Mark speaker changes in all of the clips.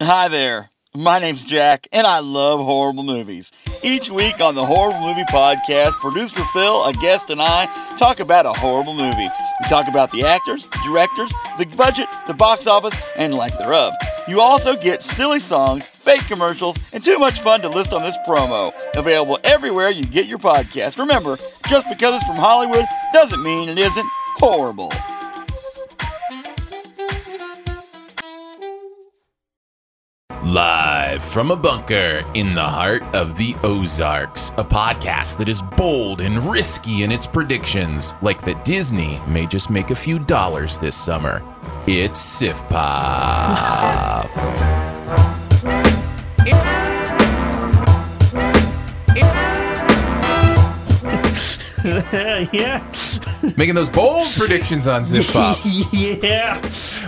Speaker 1: Hi there. My name's Jack, and I love horrible movies. Each week on the Horrible Movie Podcast, producer Phil, a guest, and I talk about a horrible movie. We talk about the actors, directors, the budget, the box office, and lack thereof. You also get silly songs, fake commercials, and too much fun to list on this promo. Available everywhere you get your podcast. Remember, just because it's from Hollywood doesn't mean it isn't horrible.
Speaker 2: Live from a bunker in the heart of the Ozarks, a podcast that is bold and risky in its predictions, like that Disney may just make a few dollars this summer. It's Sif Pop.
Speaker 3: yeah.
Speaker 2: Making those bold predictions on Sif Pop.
Speaker 3: Yeah.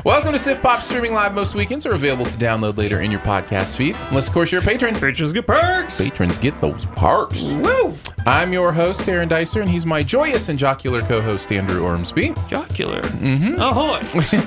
Speaker 2: Welcome to Sif Pop, streaming live most weekends or available to download later in your podcast feed. Unless, of course, you're a patron.
Speaker 3: Bitches get perks.
Speaker 2: Patrons get those perks.
Speaker 3: Woo.
Speaker 2: I'm your host, Aaron Dicer, and he's my joyous and jocular co host, Andrew Ormsby.
Speaker 3: Jocular. Mm-hmm. Ahoy.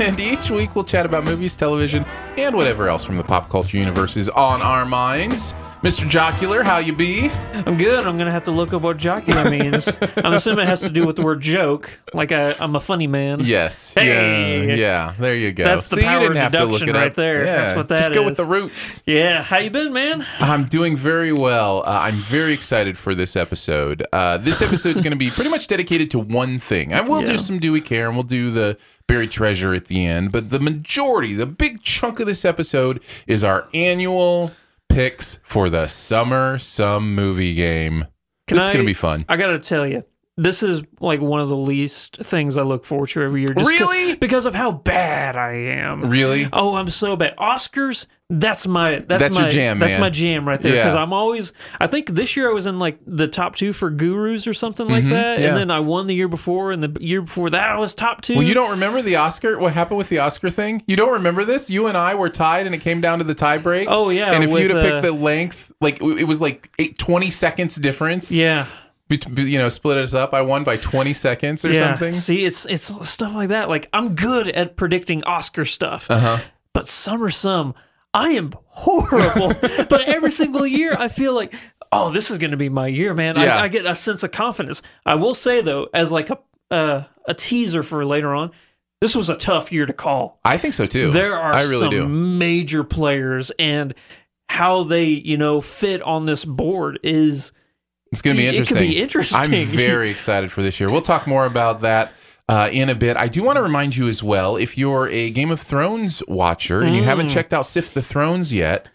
Speaker 2: and each week we'll chat about movies, television, and whatever else from the pop culture universe is on our minds. Mr. Jocular, how you be?
Speaker 3: I'm good. I'm going to have to look up what jocular means. I'm assuming it has to do with the word joke. Like I, I'm a funny man.
Speaker 2: Yes.
Speaker 3: Hey!
Speaker 2: Yeah. Yeah. There you go.
Speaker 3: That's the
Speaker 2: See, you
Speaker 3: power
Speaker 2: didn't
Speaker 3: of
Speaker 2: have to look it
Speaker 3: deduction right
Speaker 2: up.
Speaker 3: there.
Speaker 2: Yeah.
Speaker 3: That's what that
Speaker 2: Just go with
Speaker 3: is.
Speaker 2: the roots.
Speaker 3: Yeah. How you been, man?
Speaker 2: I'm doing very well. Uh, I'm very excited for this episode. Uh, this episode's going to be pretty much dedicated to one thing. I will do
Speaker 3: Yeah.
Speaker 2: some Do We Care and we'll do the buried treasure at the end, but the majority, the big chunk of this episode is our annual picks for the summer some movie game.
Speaker 3: Can
Speaker 2: this is
Speaker 3: I-
Speaker 2: going to be fun.
Speaker 3: I got to tell you, this is like one of the least things I look forward to every year. Just 'cause-
Speaker 2: Really?
Speaker 3: Because of how bad I am.
Speaker 2: Really?
Speaker 3: Oh, I'm so bad. Oscars. That's my that's,
Speaker 2: That's
Speaker 3: my
Speaker 2: your jam,
Speaker 3: that's
Speaker 2: man.
Speaker 3: my jam right there
Speaker 2: Yeah.
Speaker 3: because I'm always I think this year I was in like the top two for Gurus or something like that,
Speaker 2: Mm-hmm. yeah.
Speaker 3: and then I won the year before, and the year before that I was top two.
Speaker 2: Well, you don't remember the Oscar? What happened with the Oscar thing? You don't remember this? You and I were tied, and it came down to the tie break.
Speaker 3: Oh, yeah,
Speaker 2: And if
Speaker 3: with,
Speaker 2: you'd have picked
Speaker 3: uh,
Speaker 2: the length, like it was like eight, 20 seconds difference.
Speaker 3: yeah,
Speaker 2: bet- you know split us up. I won by 20 seconds or
Speaker 3: yeah.
Speaker 2: something.
Speaker 3: See, it's it's stuff like that. Like I'm good at predicting Oscar stuff, uh-huh. but some are some. I am horrible, but every single year I feel like, oh, this is going to be my year, man.
Speaker 2: Yeah.
Speaker 3: I, I get a sense of confidence. I will say though, as like a uh, a teaser for later on, this was a tough year to call.
Speaker 2: I think so too.
Speaker 3: There are
Speaker 2: I really
Speaker 3: some
Speaker 2: do.
Speaker 3: major players and how they you know fit on this board is
Speaker 2: It's going to be
Speaker 3: it could
Speaker 2: interesting.
Speaker 3: be interesting.
Speaker 2: I'm very excited for this year. We'll talk more about that. Uh, in a bit, I do want to remind you as well if you're a Game of Thrones watcher and you
Speaker 3: Mm.
Speaker 2: haven't checked out Sift the Thrones yet,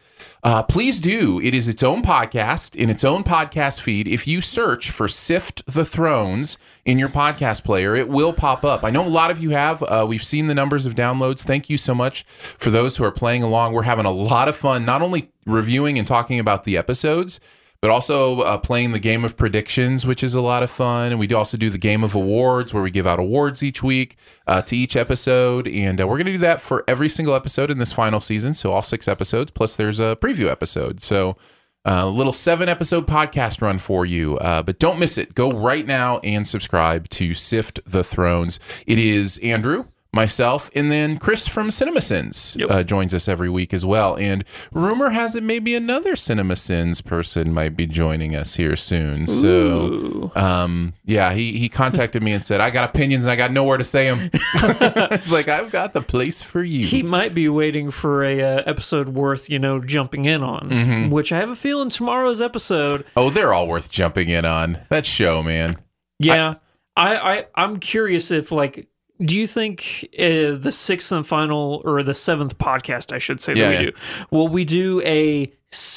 Speaker 2: uh, please do. It is its own podcast in its own podcast feed. If you search for Sift the Thrones in your podcast player, it will pop up. I know a lot of you have. Uh, we've seen the numbers of downloads. Thank you so much for those who are playing along. We're having a lot of fun, not only reviewing and talking about the episodes, but also uh, playing the game of predictions, which is a lot of fun. And we do also do the game of awards, where we give out awards each week uh, to each episode. And uh, we're going to do that for every single episode in this final season. So, all six episodes, plus there's a preview episode. So, uh, a little seven episode podcast run for you. Uh, but don't miss it. Go right now and subscribe to Sift the Thrones. It is Andrew. Myself and then Chris from CinemaSins
Speaker 3: Yep.
Speaker 2: uh, joins us every week as well. And rumor has it maybe another CinemaSins person might be joining us here soon. So, um, yeah, he, he contacted me and said, I got opinions and I got nowhere to say them. it's like, I've got the place for you.
Speaker 3: he might be waiting for a uh, episode worth you know jumping in on
Speaker 2: Mm-hmm.
Speaker 3: which i have a feeling tomorrow's episode
Speaker 2: oh, they're all worth jumping in on. That show, man.
Speaker 3: yeah I, I, I i'm curious if like do you think uh, the sixth and final or the seventh podcast i should say that
Speaker 2: Yeah,
Speaker 3: we
Speaker 2: yeah.
Speaker 3: do will we do a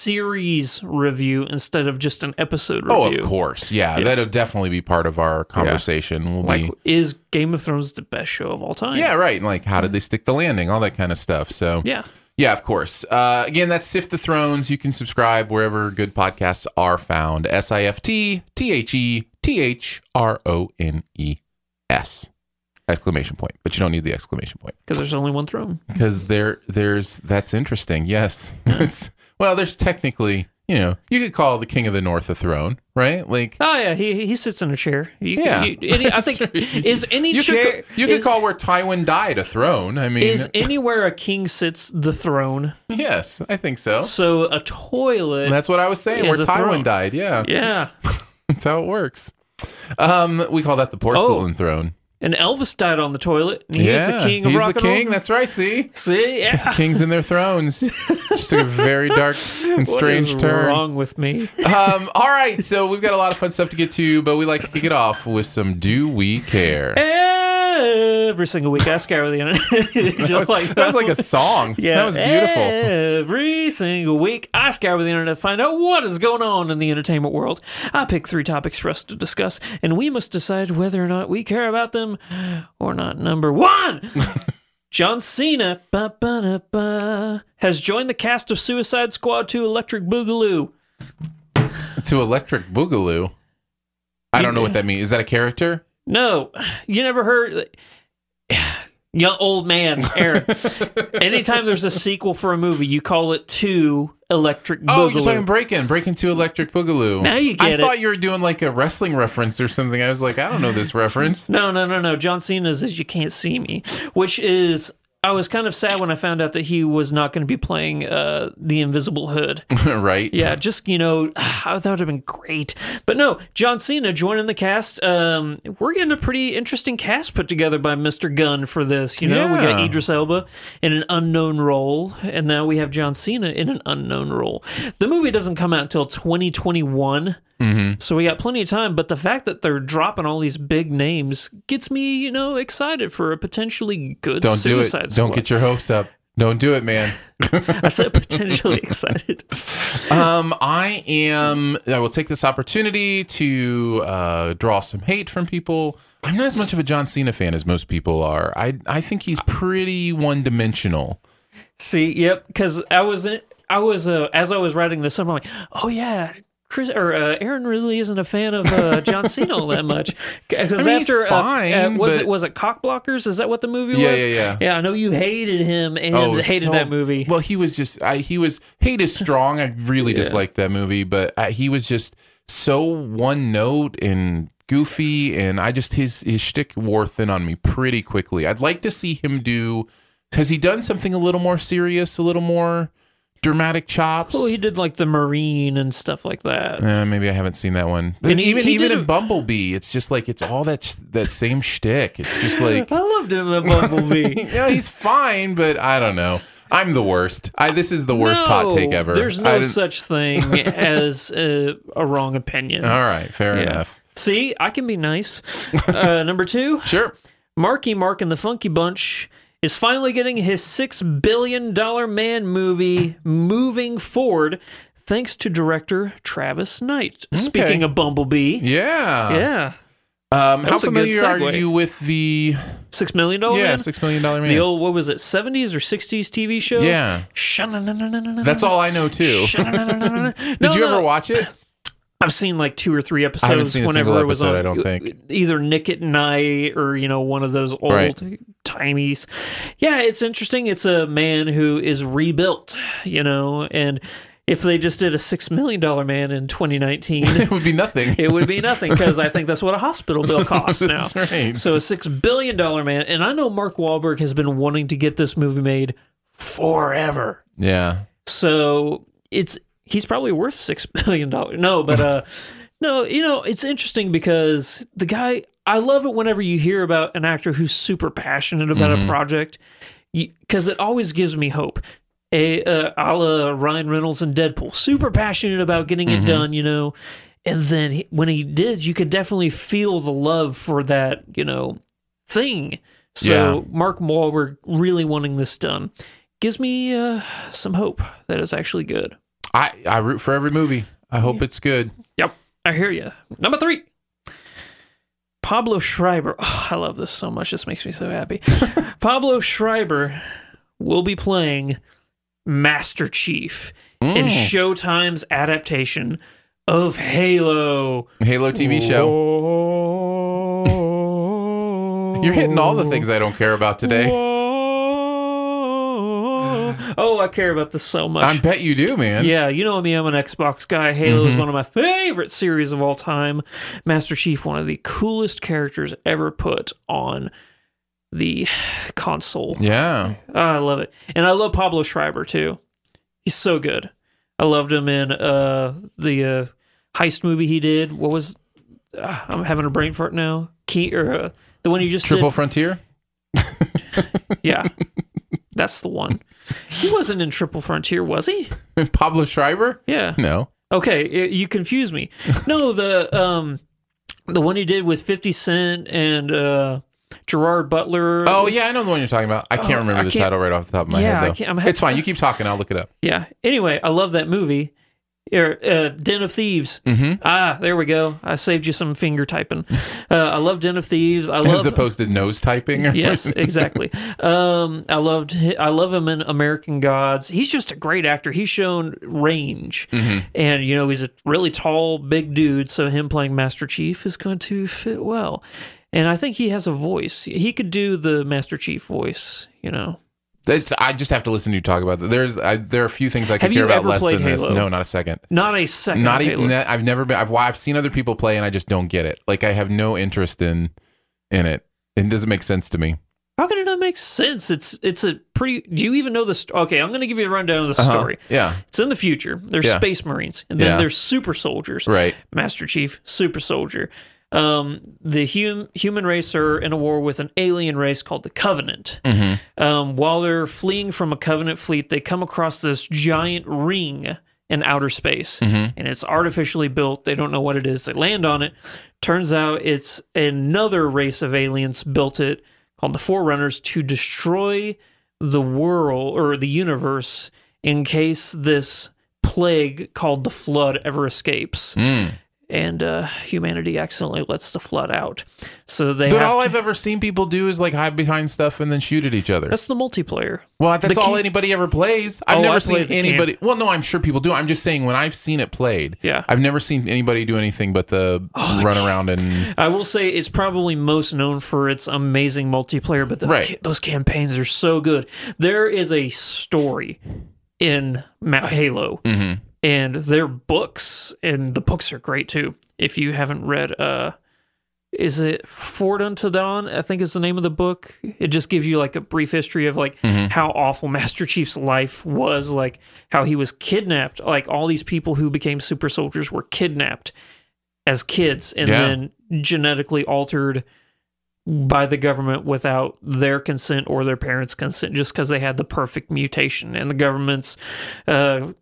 Speaker 3: series review instead of just an episode review
Speaker 2: Oh, of course. Yeah, that'll definitely be part of our conversation. We'll
Speaker 3: like
Speaker 2: be,
Speaker 3: is game of thrones the best show of all time
Speaker 2: yeah, right. And like, how did they stick the landing? All that kind of stuff. So,
Speaker 3: yeah
Speaker 2: Yeah, of course. Uh, again, that's Sift the Thrones. You can subscribe wherever good podcasts are found. S I F T T H E T H R O N E S. Exclamation point. But you don't need the exclamation point
Speaker 3: because there's only one throne
Speaker 2: because there, there's that's interesting. Yes. It's- well, there's technically, you know, you could call the King of the North a throne, right? Like,
Speaker 3: Oh yeah, he he sits in a chair. You can-
Speaker 2: Yeah.
Speaker 3: you- any, I think is any
Speaker 2: you
Speaker 3: chair
Speaker 2: could, ca- you could
Speaker 3: is,
Speaker 2: call where Tywin died a throne. I mean,
Speaker 3: is anywhere a king sits the throne.
Speaker 2: yes, I think so.
Speaker 3: So a toilet.
Speaker 2: That's what I was saying.
Speaker 3: Is
Speaker 2: Where
Speaker 3: a
Speaker 2: Tywin
Speaker 3: throne.
Speaker 2: died, yeah,
Speaker 3: yeah.
Speaker 2: that's how it works. Um, we call that the porcelain throne.
Speaker 3: And Elvis died on the toilet. And he's
Speaker 2: yeah,
Speaker 3: Oh, the king of
Speaker 2: he's
Speaker 3: rock
Speaker 2: the
Speaker 3: and roll.
Speaker 2: king. That's right. See,
Speaker 3: See, yeah.
Speaker 2: kings in their thrones. It's just took a very dark and strange
Speaker 3: what is
Speaker 2: turn.
Speaker 3: wrong with me?
Speaker 2: Um, all right, so we've got a lot of fun stuff to get to, but we like to kick it off with some Do We Care?
Speaker 3: Every single week, I scour the internet. Just
Speaker 2: That was,
Speaker 3: like
Speaker 2: that was like a song.
Speaker 3: Yeah, Eh.
Speaker 2: that was beautiful.
Speaker 3: Every single week, I scour the internet to find out what is going on in the entertainment world. I pick three topics for us to discuss, and we must decide whether or not we care about them or not. Number one. John Cena ba, ba, da, ba, has joined the cast of Suicide Squad 2 Electric Boogaloo.
Speaker 2: To Electric Boogaloo. I don't know what that means. Is that a character?
Speaker 3: No, you never heard. Young old man, Aaron. anytime there's a sequel for a movie, you call it two Electric Boogaloo.
Speaker 2: Oh, you're talking break in, break into Electric Boogaloo.
Speaker 3: Now you
Speaker 2: I
Speaker 3: get it.
Speaker 2: thought you were doing like a wrestling reference or something. I was like, I don't know this reference.
Speaker 3: No, no, no, no. John Cena's is You Can't See Me, which is. I was kind of sad when I found out that he was not going to be playing uh, the Invisible Hood.
Speaker 2: right?
Speaker 3: Yeah, just, you know, ah, that would have been great. But no, John Cena joining the cast. Um, we're getting a pretty interesting cast put together by Mr. Gunn for this. You know, we got
Speaker 2: Yeah.
Speaker 3: Idris Elba in an unknown role, and now we have John Cena in an unknown role. The movie doesn't come out until 2021.
Speaker 2: Mm-hmm.
Speaker 3: So we got plenty of time, but the fact that they're dropping all these big names gets me, you know, excited for a potentially good
Speaker 2: Don't do it.
Speaker 3: Suicide
Speaker 2: Don't
Speaker 3: Squad.
Speaker 2: get your hopes up. Don't do it, man.
Speaker 3: I said potentially excited.
Speaker 2: Um, I am. I will take this opportunity to uh, draw some hate from people. I'm not as much of a John Cena fan as most people are. I I think he's pretty one dimensional.
Speaker 3: See, yep, because I was in, I was uh, as I was writing this up, I'm like, oh yeah. Chris or uh, Aaron really isn't a fan of uh, John Cena all that much because
Speaker 2: mean, he's
Speaker 3: after uh,
Speaker 2: fine,
Speaker 3: uh, was
Speaker 2: but-
Speaker 3: it was it Cockblockers? Is that what the movie
Speaker 2: Yeah,
Speaker 3: was?
Speaker 2: yeah, yeah.
Speaker 3: Yeah, I know you hated him and hated
Speaker 2: Oh, so-
Speaker 3: that movie.
Speaker 2: Well, he was just. I he was hate is strong. I really disliked that movie, but I, he was just so one note and goofy, and I just his his shtick wore thin on me pretty quickly. I'd like to see him do. Has he done something a little more serious, a little more dramatic chops?
Speaker 3: Oh, he did like the Marine and stuff like that.
Speaker 2: Uh, maybe I haven't seen that one. But
Speaker 3: And he-
Speaker 2: even
Speaker 3: he
Speaker 2: even
Speaker 3: did
Speaker 2: in
Speaker 3: a-
Speaker 2: Bumblebee, it's just like it's all that that same shtick. It's just like
Speaker 3: I loved him in Bumblebee.
Speaker 2: yeah, he's fine, but I don't know. I'm the worst. I this is the worst hot take
Speaker 3: No,
Speaker 2: ever.
Speaker 3: There's
Speaker 2: I
Speaker 3: no
Speaker 2: didn't-
Speaker 3: such thing as uh, a wrong opinion.
Speaker 2: All right, fair
Speaker 3: Yeah.
Speaker 2: enough.
Speaker 3: See, I can be nice. Uh, number two,
Speaker 2: Sure.
Speaker 3: Marky Mark and the Funky Bunch is finally getting his six billion dollar man movie moving forward, thanks to director Travis Knight. Speaking of Bumblebee,
Speaker 2: Yeah.
Speaker 3: yeah,
Speaker 2: Um, how
Speaker 3: was a good
Speaker 2: familiar are
Speaker 3: segue.
Speaker 2: you with the
Speaker 3: six million dollar
Speaker 2: yeah
Speaker 3: man.
Speaker 2: six million dollar man?
Speaker 3: the old what was it, seventies or sixties TV show?
Speaker 2: yeah. That's all I know too.
Speaker 3: Did
Speaker 2: Did you ever watch it?
Speaker 3: I've seen like two or three episodes.
Speaker 2: I haven't seen a
Speaker 3: whenever
Speaker 2: single
Speaker 3: it was
Speaker 2: episode,
Speaker 3: on,
Speaker 2: I don't think.
Speaker 3: either Nick at Night or you know one of those old
Speaker 2: Right.
Speaker 3: timies. Yeah, it's interesting. It's a man who is rebuilt, you know, and if they just did a six million dollar man in 2019.
Speaker 2: It would be nothing.
Speaker 3: It would be nothing because I think that's what a hospital bill costs now.
Speaker 2: That's right.
Speaker 3: So a six billion dollar man, and I know Mark Wahlberg has been wanting to get this movie made forever.
Speaker 2: yeah.
Speaker 3: So it's he's probably worth six billion dollars. No, but uh no, you know, it's interesting because the guy I love it whenever you hear about an actor who's super passionate about a project because it always gives me hope. A, uh, a la Ryan Reynolds and Deadpool, super passionate about getting it done, you know. And then he, when he did, you could definitely feel the love for that, you know, thing. So
Speaker 2: Yeah.
Speaker 3: Mark Wahlberg really wanting this done gives me uh, some hope that it's actually good.
Speaker 2: I I root for every movie. I hope it's good.
Speaker 3: Yep, I hear you. Number three, Pablo Schreiber. Oh, I love this so much. This makes me so happy. Pablo Schreiber will be playing Master Chief in Showtime's adaptation of Halo
Speaker 2: Halo TV show.
Speaker 3: show.
Speaker 2: You're hitting all the things I don't care about today.
Speaker 3: Whoa. Oh, I care about this so much.
Speaker 2: I bet you do, man.
Speaker 3: yeah, you know me. I'm an Xbox guy. Halo
Speaker 2: Mm-hmm.
Speaker 3: is one of my favorite series of all time. Master Chief, one of the coolest characters ever put on the console. Ah,
Speaker 2: Yeah.
Speaker 3: I love it, and I love Pablo Schreiber too. He's so good. I loved him in uh, the uh, heist movie he did. What was? Uh, I'm having a brain fart now. Key or uh, the one you just
Speaker 2: Triple
Speaker 3: did?
Speaker 2: Frontier.
Speaker 3: Yeah, that's the one. He wasn't in Triple Frontier, was he?
Speaker 2: Pablo Schreiber?
Speaker 3: Yeah.
Speaker 2: No.
Speaker 3: Okay, y- you confuse me. No, the um, the one he did with Fifty Cent and uh, Gerard Butler.
Speaker 2: Oh yeah, I know the one you're talking about. I can't remember
Speaker 3: Oh, I
Speaker 2: the
Speaker 3: can't-
Speaker 2: title right off the top of my
Speaker 3: Yeah, I
Speaker 2: head though.
Speaker 3: can't- I'm ha-
Speaker 2: it's fine. You keep talking. I'll look it up.
Speaker 3: Yeah. Anyway, I love that movie. Er, uh, Den of Thieves. Mm-hmm. Ah, there we go. I saved you some finger typing. Uh, I love Den of Thieves. I
Speaker 2: As
Speaker 3: love.
Speaker 2: opposed to nose typing. Or
Speaker 3: yes, exactly. Um, I loved. hi- I love him in American Gods. He's just a great actor. He's shown range,
Speaker 2: Mm-hmm.
Speaker 3: and you know he's a really tall, big dude. So him playing Master Chief is going to fit well. And I think he has a voice. He could do the Master Chief voice. You know.
Speaker 2: That's, I just have to listen to you talk about that. There's I, there are a few things I could
Speaker 3: Have you
Speaker 2: care about
Speaker 3: ever
Speaker 2: less
Speaker 3: played
Speaker 2: than this.
Speaker 3: Halo?
Speaker 2: No, not a second.
Speaker 3: Not a second.
Speaker 2: Not e-
Speaker 3: Halo.
Speaker 2: even. that- I've never been. I've wa- I've seen other people play and I just don't get it. Like I have no interest in in it. It doesn't make sense to me.
Speaker 3: How can it not make sense? It's it's a pretty. Do you even know the? St- okay, I'm going to give you a rundown of the
Speaker 2: Uh-huh.
Speaker 3: story.
Speaker 2: Yeah.
Speaker 3: It's in the future. There's
Speaker 2: Yeah.
Speaker 3: space marines, and then
Speaker 2: Yeah.
Speaker 3: there's super soldiers.
Speaker 2: Right.
Speaker 3: Master Chief, super soldier. Um, the hum- human race are in a war with an alien race called the Covenant. Um, while they're fleeing from a Covenant fleet, they come across this giant ring in outer space,
Speaker 2: Mm-hmm.
Speaker 3: and it's artificially built. They don't know what it is. They land on it. Turns out it's another race of aliens built it called the Forerunners to destroy the world or the universe in case this plague called the Flood ever escapes
Speaker 2: Mm.
Speaker 3: and uh, humanity accidentally lets the flood out. So they
Speaker 2: But
Speaker 3: have
Speaker 2: all
Speaker 3: to-
Speaker 2: I've ever seen people do is like hide behind stuff and then shoot at each other.
Speaker 3: that's the multiplayer.
Speaker 2: Well, that's
Speaker 3: The
Speaker 2: all
Speaker 3: key-
Speaker 2: anybody ever plays. I've
Speaker 3: Oh,
Speaker 2: never
Speaker 3: I play
Speaker 2: seen
Speaker 3: the
Speaker 2: anybody. Well, no, I'm sure people do. I'm just saying when I've seen it played,
Speaker 3: Yeah.
Speaker 2: I've never seen anybody do anything but the
Speaker 3: Oh,
Speaker 2: run around and
Speaker 3: I will say it's probably most known for its amazing multiplayer, but the,
Speaker 2: Right.
Speaker 3: those campaigns are so good. There is a story in Ma- Halo, and their books, and the books are great too. If you haven't read, uh, is it Ford Unto Dawn? I think is the name of the book. It just gives you like a brief history of like how awful Master Chief's life was, like how he was kidnapped. Like all these people who became super soldiers were kidnapped as kids and
Speaker 2: Yeah.
Speaker 3: then genetically altered by the government without their consent or their parents' consent just because they had the perfect mutation. And the government's uh,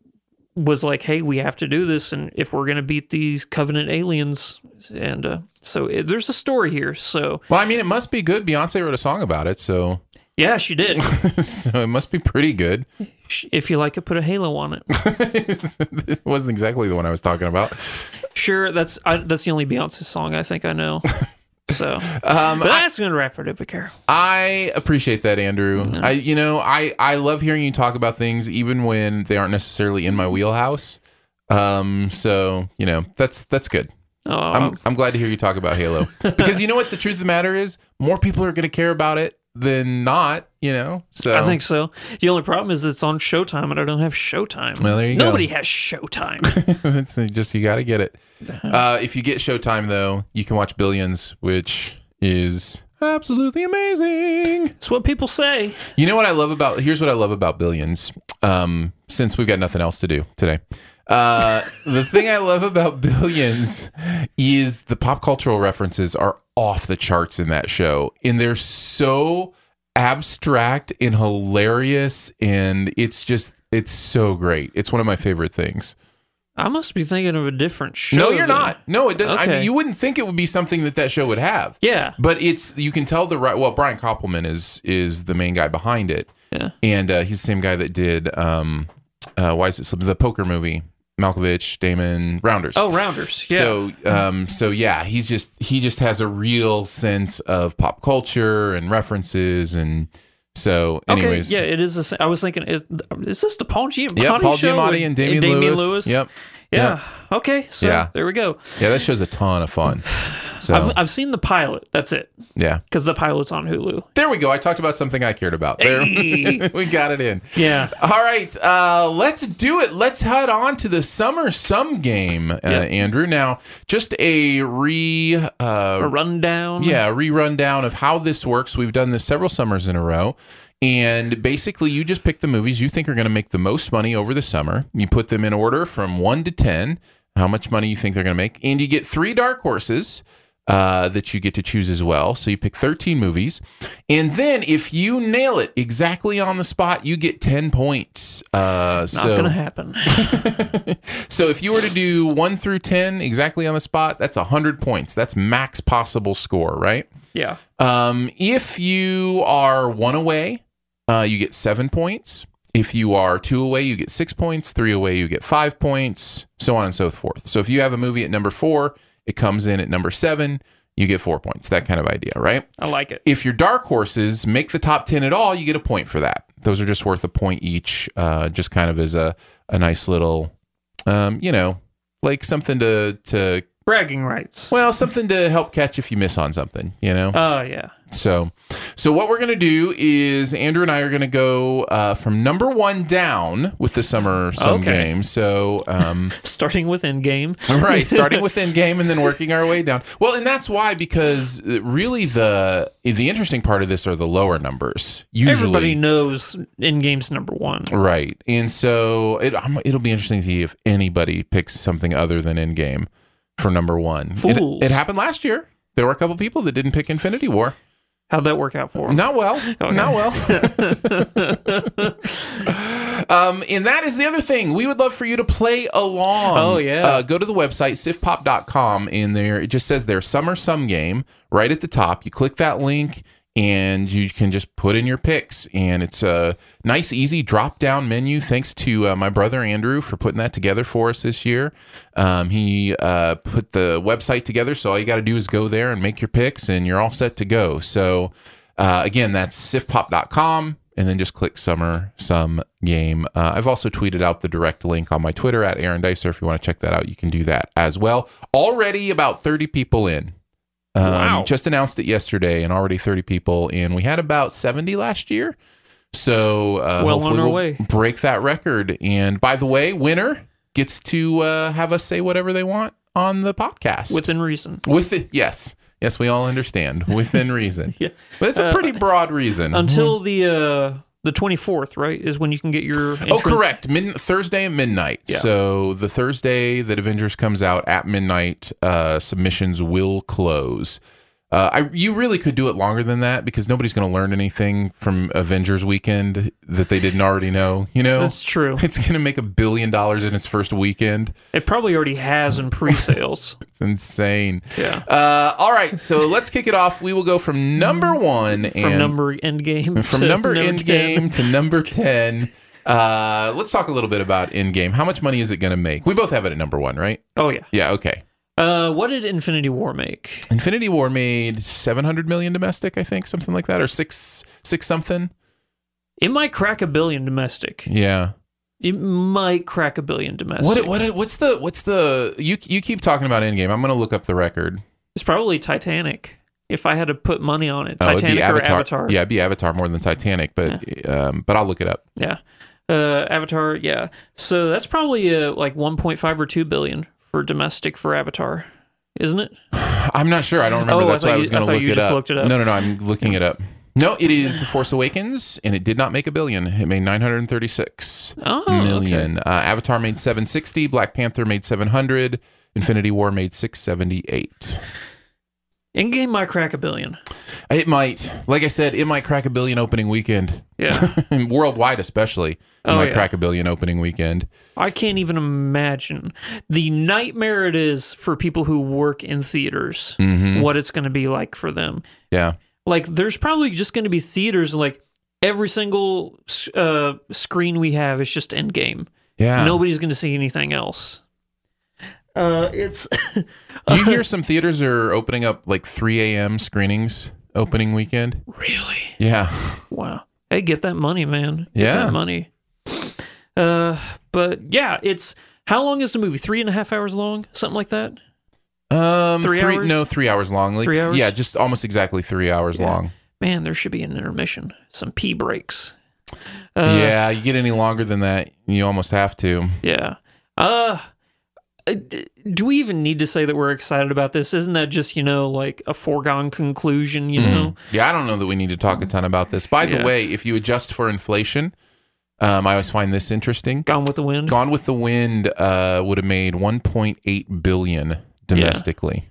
Speaker 3: was like, hey, we have to do this. And if we're going to beat these covenant aliens, and uh, so it, there's a story here. So,
Speaker 2: well, I mean, it must be good. Beyonce wrote a song about it, so
Speaker 3: yeah, she did.
Speaker 2: so it must be pretty good.
Speaker 3: Sh- if you like it, put a halo on it.
Speaker 2: it wasn't exactly the one I was talking about.
Speaker 3: Sure, that's I, that's the only Beyonce song I think I know. So,
Speaker 2: Um,
Speaker 3: but that's going to wrap it up. I care.
Speaker 2: I appreciate that, Andrew. I, you know, I I love hearing you talk about things even when they aren't necessarily in my wheelhouse. Um, so you know, that's that's good.
Speaker 3: Oh,
Speaker 2: I'm, I'm glad to hear you talk about Halo because you know what the truth of the matter is more people are going to care about it than not you know so
Speaker 3: I think so. The only problem is it's on Showtime, and I don't have Showtime.
Speaker 2: Well, there you go.
Speaker 3: Nobody has Showtime.
Speaker 2: it's just you got to get it uh, if you get Showtime though you can watch Billions which is absolutely amazing
Speaker 3: it's what people say.
Speaker 2: you know what I love about here's what I love about Billions um, since we've got nothing else to do today uh, the thing I love about Billions is the pop cultural references are off the charts in that show and they're so abstract and hilarious and it's just it's so great. It's one of my favorite things.
Speaker 3: I must be thinking of a different show.
Speaker 2: no, you're
Speaker 3: then.
Speaker 2: not. No, it doesn't. I mean,
Speaker 3: Okay.
Speaker 2: you wouldn't think it would be something that that show would have.
Speaker 3: Yeah.
Speaker 2: But it's you can tell the right. Well, Brian Koppelman is is the main guy behind it.
Speaker 3: Yeah.
Speaker 2: And uh, he's the same guy that did um, uh, why is it slipping the poker movie? Malkovich, Damon, Rounders.
Speaker 3: Oh, Rounders. Yeah.
Speaker 2: So, um, so yeah, he's just he just has a real sense of pop culture and references, and so,
Speaker 3: okay.
Speaker 2: anyways,
Speaker 3: Yeah, it is. The same. I was thinking, is, is this the Paul Giamatti
Speaker 2: yeah, Paul
Speaker 3: show
Speaker 2: Giamatti
Speaker 3: with-
Speaker 2: and Damian, Lewis. Yep,
Speaker 3: Yeah. Okay. So
Speaker 2: Yeah.
Speaker 3: there we go.
Speaker 2: yeah, that show's a ton of fun. So
Speaker 3: I've, I've seen the pilot. That's it.
Speaker 2: yeah,
Speaker 3: Because the pilot's on Hulu.
Speaker 2: there we go. I talked about something I cared about. There, we got it in.
Speaker 3: Yeah.
Speaker 2: All right, uh, let's do it. Let's head on to the summer sum game, uh,
Speaker 3: Yeah.
Speaker 2: Andrew. Now, just a re uh,
Speaker 3: A rundown.
Speaker 2: Yeah, a rerun down of how this works. We've done this several summers in a row. And basically, you just pick the movies you think are going to make the most money over the summer. You put them in order from one to 10, how much money you think they're going to make. And you get three dark horses uh, that you get to choose as well. So you pick 13 movies. And then if you nail it exactly on the spot, you get 10 points. Uh,
Speaker 3: Not
Speaker 2: so,
Speaker 3: gonna happen.
Speaker 2: so if you were to do one through 10 exactly on the spot, that's 100 points. That's max possible score, right?
Speaker 3: yeah.
Speaker 2: Um, if you are one away, uh, you get seven points. If you are two away, you get six points. Three away, you get five points, so on and so forth. So if you have a movie at number four, it comes in at number seven, you get four points. That kind of idea, right?
Speaker 3: I like it.
Speaker 2: If your dark horses make the top 10 at all, you get a point for that. Those are just worth a point each, uh, just kind of as a, a nice little, um, you know, like something to, to,
Speaker 3: Bragging rights.
Speaker 2: well, something to help catch if you miss on something, you know?
Speaker 3: Oh yeah.
Speaker 2: So, so what we're gonna do is Andrew and I are gonna go uh, from number one down with the summer some
Speaker 3: Okay.
Speaker 2: game. So, um,
Speaker 3: Starting with Endgame.
Speaker 2: right, starting with end game and then working our way down. Well, and that's why because uh, really the the interesting part of this are the lower numbers usually.
Speaker 3: Everybody knows Endgame's number one.
Speaker 2: Right, and so it, I'm, it'll be interesting to see if anybody picks something other than Endgame for number one. It-
Speaker 3: Fools.
Speaker 2: It, happened last year. There were a couple people that didn't pick Infinity War.
Speaker 3: How'd that work out for him?
Speaker 2: Not well. Not well. um, and that is the other thing. We would love for you to play along.
Speaker 3: Oh, yeah.
Speaker 2: Uh, go to the website, sifpop.com, and there it just says their summer sum game right at the top. You click that link and you can just put in your picks. And it's a nice, easy drop down menu. Thanks to uh, my brother Andrew for putting that together for us this year. Um, he uh, put the website together. So all you got to do is go there and make your picks, and you're all set to go. So uh, again, that's sifpop.com and then just click summer some game. Uh, I've also tweeted out the direct link on my Twitter at Aaron Dicer. If you want to check that out, you can do that as well. Already about 30 people in. Um,
Speaker 3: Wow.
Speaker 2: Just announced it yesterday and already 30 people in. We had about 70 last year. So uh,
Speaker 3: Well on
Speaker 2: hopefully
Speaker 3: our
Speaker 2: we'll
Speaker 3: way.
Speaker 2: break that record. And by the way, winner gets to uh, have us say whatever they want on the podcast.
Speaker 3: Within reason.
Speaker 2: With it, yes, yes, we all understand within reason.
Speaker 3: Yeah.
Speaker 2: but it's a
Speaker 3: Uh,
Speaker 2: pretty broad reason.
Speaker 3: Until the uh the twenty fourth, right, is when you can get your
Speaker 2: oh,
Speaker 3: entrance-
Speaker 2: correct. Min- Thursday at midnight.
Speaker 3: Yeah.
Speaker 2: So the Thursday that Avengers comes out at midnight, uh, submissions will close. Uh, I, you really could do it longer than that because nobody's going to learn anything from Avengers weekend that they didn't already know. You know,
Speaker 3: That's true.
Speaker 2: it's going to make a billion dollars in its first weekend.
Speaker 3: It probably already has in pre sales.
Speaker 2: It's insane.
Speaker 3: Yeah.
Speaker 2: Uh, all right, so let's kick it off. We will go from number one
Speaker 3: From
Speaker 2: and
Speaker 3: number endgame.
Speaker 2: from
Speaker 3: to
Speaker 2: number end
Speaker 3: 10.
Speaker 2: game to number 10 uh, let's talk a little bit about end game how much money is it going to make we both have it at number one right
Speaker 3: Oh yeah.
Speaker 2: yeah okay
Speaker 3: Uh, what did Infinity War make?
Speaker 2: infinity war made 700 million domestic i think something like that or six six something
Speaker 3: It might crack a billion domestic.
Speaker 2: yeah
Speaker 3: It might crack a billion domestic.
Speaker 2: what what what's the what's the you you keep talking about end game i'm going to look up the record
Speaker 3: It's probably Titanic. If I had to put money on it,
Speaker 2: Oh, it'd
Speaker 3: Titanic or Avatar.
Speaker 2: yeah it'd be avatar more than titanic but um but i'll look it up
Speaker 3: Yeah. Uh, Avatar, yeah. So that's probably uh, like 1.5 or 2 billion for domestic for Avatar, isn't it?
Speaker 2: I'm not sure. I don't remember.
Speaker 3: Oh, I
Speaker 2: That's
Speaker 3: thought
Speaker 2: why I
Speaker 3: you-
Speaker 2: was going to
Speaker 3: I thought
Speaker 2: look
Speaker 3: you
Speaker 2: it
Speaker 3: just
Speaker 2: up.
Speaker 3: looked it up.
Speaker 2: No, no, no. I'm looking it up. No, it is The Force Awakens, and it did not make a billion. It made 936
Speaker 3: Oh, okay.
Speaker 2: million. Uh, Avatar made 760. Black Panther made 700. Infinity War made 678.
Speaker 3: Endgame might crack a billion.
Speaker 2: It might, like I said, it might crack a billion opening weekend,
Speaker 3: Yeah.
Speaker 2: worldwide especially. It
Speaker 3: Oh,
Speaker 2: might
Speaker 3: yeah.
Speaker 2: crack a billion opening weekend.
Speaker 3: I can't even imagine the nightmare it is for people who work in theaters, what it's going to be like for them.
Speaker 2: Mm-hmm. Yeah.
Speaker 3: Like, there's probably just going to be theaters like every single s- uh, screen we have is just Endgame.
Speaker 2: Yeah.
Speaker 3: Nobody's going to see anything else. Uh, it's
Speaker 2: Do you hear some theaters are opening up like 3 a.m. screenings opening weekend?
Speaker 3: really.
Speaker 2: Yeah.
Speaker 3: Wow. Hey, get that money, man. Get
Speaker 2: Yeah.
Speaker 3: that money. Uh, but yeah, it's how long is the movie? Three and a half hours long, something like that.
Speaker 2: Um,
Speaker 3: Three hours?
Speaker 2: No, three hours long. Like,
Speaker 3: Three hours?
Speaker 2: Yeah, just almost exactly three hours long.
Speaker 3: Man, there should be an intermission, some pee breaks. Uh.
Speaker 2: yeah, you get any longer than that, you almost have to.
Speaker 3: Yeah. Uh, uh, d- do we even need to say that we're excited about this? Isn't that just, you know, like a foregone conclusion,
Speaker 2: Mm-hmm.
Speaker 3: you know?
Speaker 2: Yeah, I don't know that we need to talk a ton about this. By the
Speaker 3: Yeah.
Speaker 2: way, if you adjust for inflation, um, I always find this interesting.
Speaker 3: Gone with the Wind?
Speaker 2: Gone with the Wind uh, would have made 1.8 billion domestically.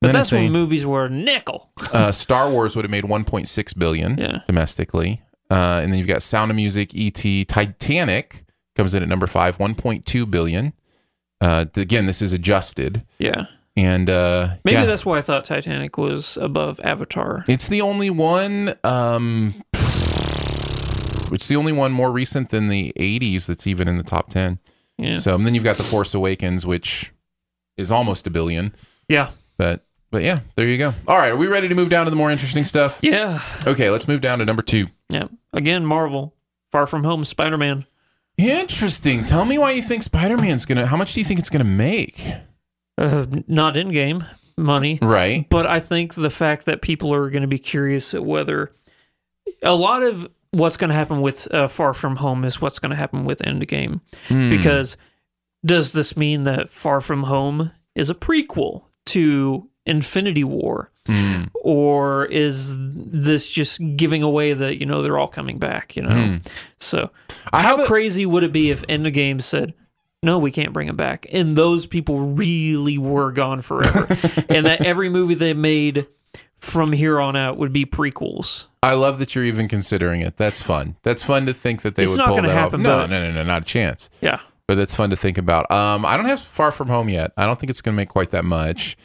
Speaker 3: But
Speaker 2: Then I
Speaker 3: that's
Speaker 2: say,
Speaker 3: when movies were a nickel.
Speaker 2: uh, Star Wars would have made 1.6 billion
Speaker 3: Yeah.
Speaker 2: domestically. Uh, and then you've got Sound of Music, ET, Titanic comes in at number five, 1.2 billion. Uh, again, this is adjusted,
Speaker 3: Yeah.
Speaker 2: and uh,
Speaker 3: Maybe
Speaker 2: yeah.
Speaker 3: that's why I thought Titanic was above Avatar.
Speaker 2: It's the only one. Um, it's the only one more recent than the '80s that's even in the top ten.
Speaker 3: Yeah.
Speaker 2: So and then you've got the Force Awakens, which is almost a billion.
Speaker 3: Yeah.
Speaker 2: But but yeah, there you go. All right, are we ready to move down to the more interesting stuff?
Speaker 3: Yeah.
Speaker 2: Okay, let's move down to number two.
Speaker 3: Yeah. Again, Marvel. Far From Home, Spider Man.
Speaker 2: Interesting. Tell me why you think Spider-Man's gonna. How much do you think it's gonna make?
Speaker 3: Uh, not in game money.
Speaker 2: Right.
Speaker 3: But I think the fact that people are going to be curious at whether a lot of what's going to happen with uh, Far From Home is what's going to happen with Endgame. Because does this mean that Far From Home is a prequel to Infinity War?
Speaker 2: Hmm.
Speaker 3: Or is this just giving away that, you know, they're all coming back, you know? So
Speaker 2: I have
Speaker 3: how
Speaker 2: a-
Speaker 3: crazy would it be if Endgame said, no, we can't bring them back. And those people really were gone forever. and that every movie they made from here on out would be prequels.
Speaker 2: I love that you're even considering it. That's fun. That's fun to think that they
Speaker 3: It's
Speaker 2: would
Speaker 3: not
Speaker 2: pull
Speaker 3: gonna
Speaker 2: that
Speaker 3: happen,
Speaker 2: off. No,
Speaker 3: but-
Speaker 2: no, no, no, not a chance.
Speaker 3: Yeah.
Speaker 2: but that's fun to think about. Um, I don't have Far From Home yet. I don't think it's going to make quite that much.